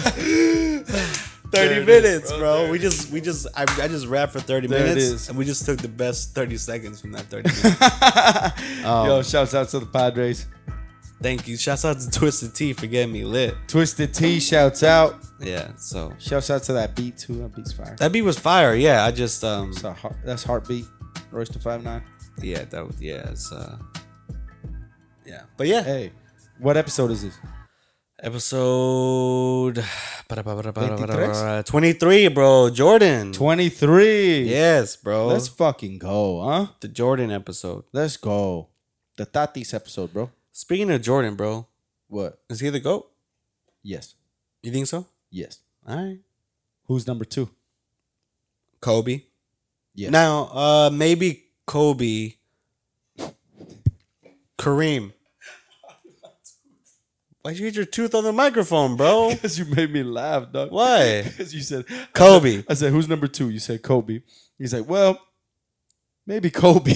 Speaker 3: thirty
Speaker 2: it is,
Speaker 3: minutes,
Speaker 2: bro,
Speaker 3: bro.
Speaker 2: there
Speaker 3: We just, we just, I, I just rapped for thirty
Speaker 2: There it
Speaker 3: minutes,
Speaker 2: is.
Speaker 3: and we just took the best thirty seconds from that thirty minutes.
Speaker 2: Yo, shouts out to the Padres.
Speaker 3: Thank you. Shouts out to Twisted T for getting me lit.
Speaker 2: Twisted T shouts out.
Speaker 3: Yeah, so
Speaker 2: Shouts out to that beat, too. That beat's fire.
Speaker 3: that beat was fire. Yeah, I just, um,
Speaker 2: That's, a heart, that's heartbeat. Royce to five nine.
Speaker 3: yeah, that, was- yeah, it's, uh, yeah, but yeah,
Speaker 2: Hey, what episode is this?
Speaker 3: Episode
Speaker 2: 23?
Speaker 3: 23, bro. Jordan.
Speaker 2: Twenty three.
Speaker 3: Yes, bro.
Speaker 2: Let's fucking go, huh?
Speaker 3: the Jordan episode.
Speaker 2: Let's go. The Tatis episode, bro.
Speaker 3: Speaking of Jordan, bro,
Speaker 2: What?
Speaker 3: is he the GOAT?
Speaker 2: Yes.
Speaker 3: You think so?
Speaker 2: Yes.
Speaker 3: All right.
Speaker 2: Who's number two?
Speaker 3: Kobe.
Speaker 2: Yes.
Speaker 3: Now, uh maybe Kobe. Kareem. Why'd you get your tooth on the microphone, bro?
Speaker 2: Because you made me laugh, dog.
Speaker 3: Why?
Speaker 2: Because you said
Speaker 3: Kobe.
Speaker 2: I said, who's number two? You said Kobe. He's like, well, maybe Kobe.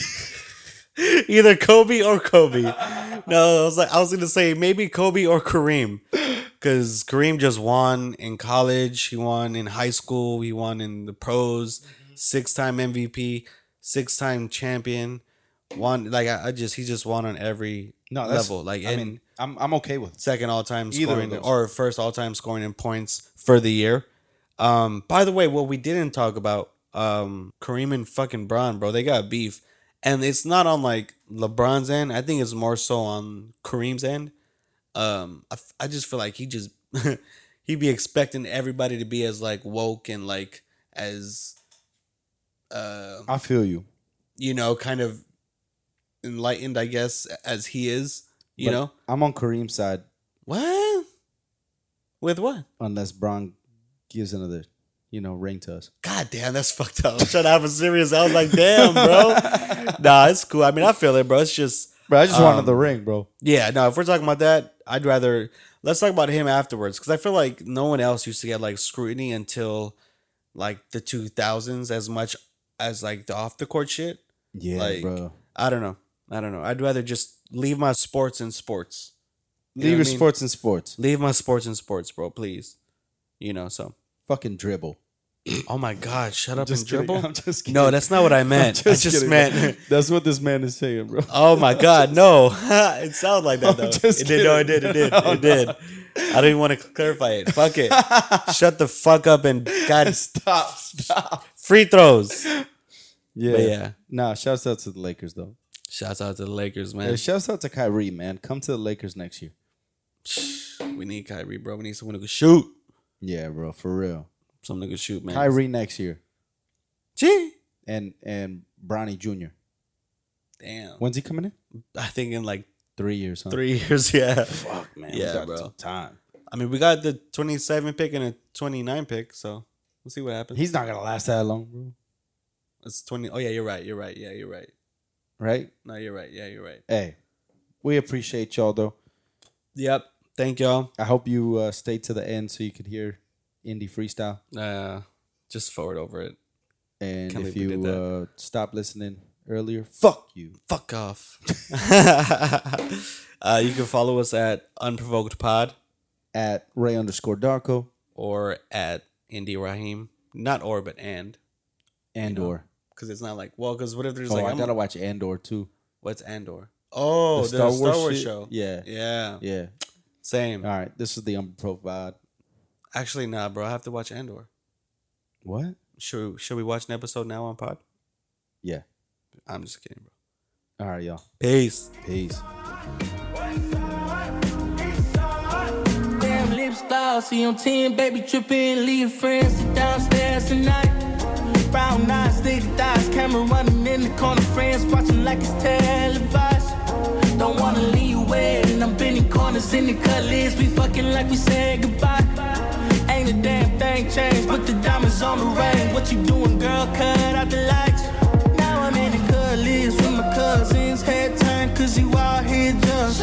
Speaker 3: Either Kobe or Kobe. No, I was like, I was gonna say maybe Kobe or Kareem, because Kareem just won in college. He won in high school. He won in the pros.
Speaker 2: Mm-hmm.
Speaker 3: Six-time MVP, six-time champion. Won like I, I just he just won on every
Speaker 2: no, that's,
Speaker 3: level. Like
Speaker 2: I
Speaker 3: and
Speaker 2: mean, I'm I'm okay with it.
Speaker 3: second all-time
Speaker 2: Either of
Speaker 3: scoring
Speaker 2: those.
Speaker 3: or first all-time scoring in points for the year. Um, by the way, what we didn't talk about, um, Kareem and fucking Bron, bro, they got beef, and it's not on like LeBron's end. I think it's more so on Kareem's end. Um, I, f- I just feel like he just he'd be expecting everybody to be as like woke and like as uh
Speaker 2: I feel you.
Speaker 3: you know kind of enlightened I guess as he is you
Speaker 2: But
Speaker 3: know
Speaker 2: I'm on Kareem's side
Speaker 3: what with what
Speaker 2: unless Braun gives another, you know, ring to us.
Speaker 3: God damn, that's fucked up. I'm trying to have a serious. I was like, damn, bro. Um, nah, it's cool. I mean, I feel it, bro. It's just,
Speaker 2: Bro, I just
Speaker 3: wanted
Speaker 2: wanted the ring, bro.
Speaker 3: yeah. No, if we're talking about that, I'd rather let's talk about him afterwards because I feel like no one else used to get like scrutiny until like the 2000s as much as like the off the court shit.
Speaker 2: Yeah,
Speaker 3: Like,
Speaker 2: bro.
Speaker 3: I don't know. I don't know. I'd rather just leave my sports in sports. You know
Speaker 2: Leave your
Speaker 3: what I mean?
Speaker 2: sports and sports.
Speaker 3: Leave my sports in sports, bro. Please. You know. So.
Speaker 2: Fucking dribble.
Speaker 3: Oh my God! Shut up and
Speaker 2: kidding.
Speaker 3: dribble.
Speaker 2: I'm just kidding.
Speaker 3: No, that's not what I meant. I just
Speaker 2: kidding, bro.
Speaker 3: meant.
Speaker 2: That's what this man is saying, bro.
Speaker 3: Oh my God, no! it sounded like that
Speaker 2: I'm
Speaker 3: though. It
Speaker 2: just
Speaker 3: did. No, it did.
Speaker 2: kidding.
Speaker 3: It did. It did. I didn't want to clarify it. Fuck it. Shut the fuck up and God
Speaker 2: stop, stop.
Speaker 3: free throws.
Speaker 2: Yeah.
Speaker 3: But yeah.
Speaker 2: Nah, shouts out to the Lakers though.
Speaker 3: Shouts out to the Lakers,
Speaker 2: Hey,
Speaker 3: man.
Speaker 2: shouts out to Kyrie, man. Come to the Lakers next year.
Speaker 3: We need Kyrie, bro. We need someone who can shoot.
Speaker 2: Yeah, bro, for real.
Speaker 3: Someone who can shoot, man.
Speaker 2: Kyrie next year.
Speaker 3: Gee.
Speaker 2: And and Bronny Jr.
Speaker 3: Damn.
Speaker 2: When's he coming in?
Speaker 3: I think in like
Speaker 2: Three years, huh?
Speaker 3: three years. Yeah.
Speaker 2: Fuck man.
Speaker 3: Yeah,
Speaker 2: we got
Speaker 3: bro.
Speaker 2: some time.
Speaker 3: I mean, we got the 27 pick and a 29 pick, so we'll see what happens.
Speaker 2: He's not gonna last that long, bro.
Speaker 3: it's 20. Oh yeah, you're right. You're right. Yeah, you're right.
Speaker 2: Right?
Speaker 3: No, you're right. Yeah, you're right.
Speaker 2: Hey. We appreciate y'all though.
Speaker 3: Yep. Thank y'all.
Speaker 2: I hope you uh, stayed to the end so you could hear indie freestyle.
Speaker 3: Uh, just forward over it.
Speaker 2: And
Speaker 3: Can't
Speaker 2: if
Speaker 3: believe we
Speaker 2: you
Speaker 3: did that.
Speaker 2: uh, stopped listening earlier, fuck you.
Speaker 3: Fuck off. uh, you can follow us at Unprovoked Pod
Speaker 2: At Ray underscore Darko
Speaker 3: or at Indie Rahim. Not or, but and.
Speaker 2: and or.
Speaker 3: Because it's not like, well, because what if there's
Speaker 2: Oh,
Speaker 3: like,
Speaker 2: I
Speaker 3: I'm-
Speaker 2: gotta watch Andor too.
Speaker 3: what's and or? Oh, the Star, Wars,
Speaker 2: shit?
Speaker 3: show.
Speaker 2: Yeah. yeah.
Speaker 3: Yeah. Same.
Speaker 2: All right. This is the unprovoked.
Speaker 3: Actually, nah, bro. I have to watch Andor.
Speaker 2: What?
Speaker 3: Should, should we watch an episode now on pod?
Speaker 2: Yeah.
Speaker 3: I'm just kidding, bro.
Speaker 2: All right, y'all.
Speaker 3: Peace.
Speaker 2: Peace.
Speaker 8: Damn lip style, see I'm 10, baby trippin', leave friends sit downstairs tonight. Brown eyes, sticky thighs, camera running in the corner, friends watching like it's televised. Don't wanna leave you wet, and I'm bending corners in the colors, we fucking like we said goodbye. Ain't a damn thing changed, put the diamonds on the ring. What you doing, girl? Cut out the lights. Now I'm in the colors with my cousins, head turned, cause you out here just.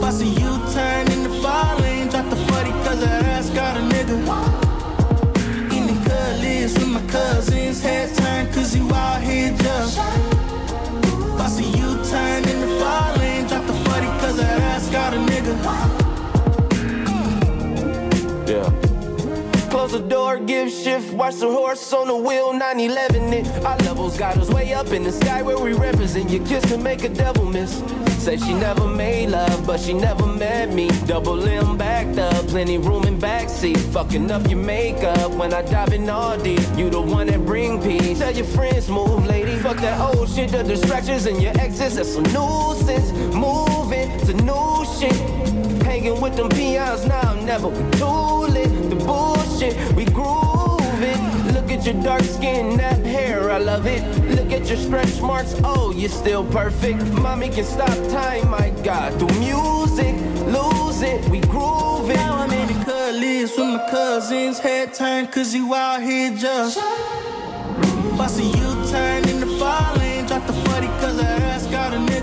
Speaker 8: Bust a U-turn in the far lane, drop the 40 cause her ass got a nigga. In the cutlass with my cousins, head turned cause you out here just. Bust a U-turn in the far lane, drop the 40 cause her ass got a nigga. Close the door, give shift, watch the horse on the wheel, 911 it. Our levels got us way up in the sky where we represent. Your kiss can make a devil miss. Say she never made love, but she never met me. Double limb backed up, plenty room in backseat. Fucking up your makeup when I dive in all deep. You the one that bring peace. Tell your friends move, lady. Fuck that old shit, the distractions and your exes. That's a nuisance. Moving to new shit. Hanging with them peons, now I'm never with tooling. The bullshit, we grooving. Look at your dark skin, that hair, I love it. Look at your stretch marks, oh, you're still perfect. Mommy can stop time, my God, through music. Lose it, we grooving. Now I'm in the cutlass with my cousins, head turned, cause you out here just. Bust a U turn in the far lane, drop the 40 cause her ass got a nigga.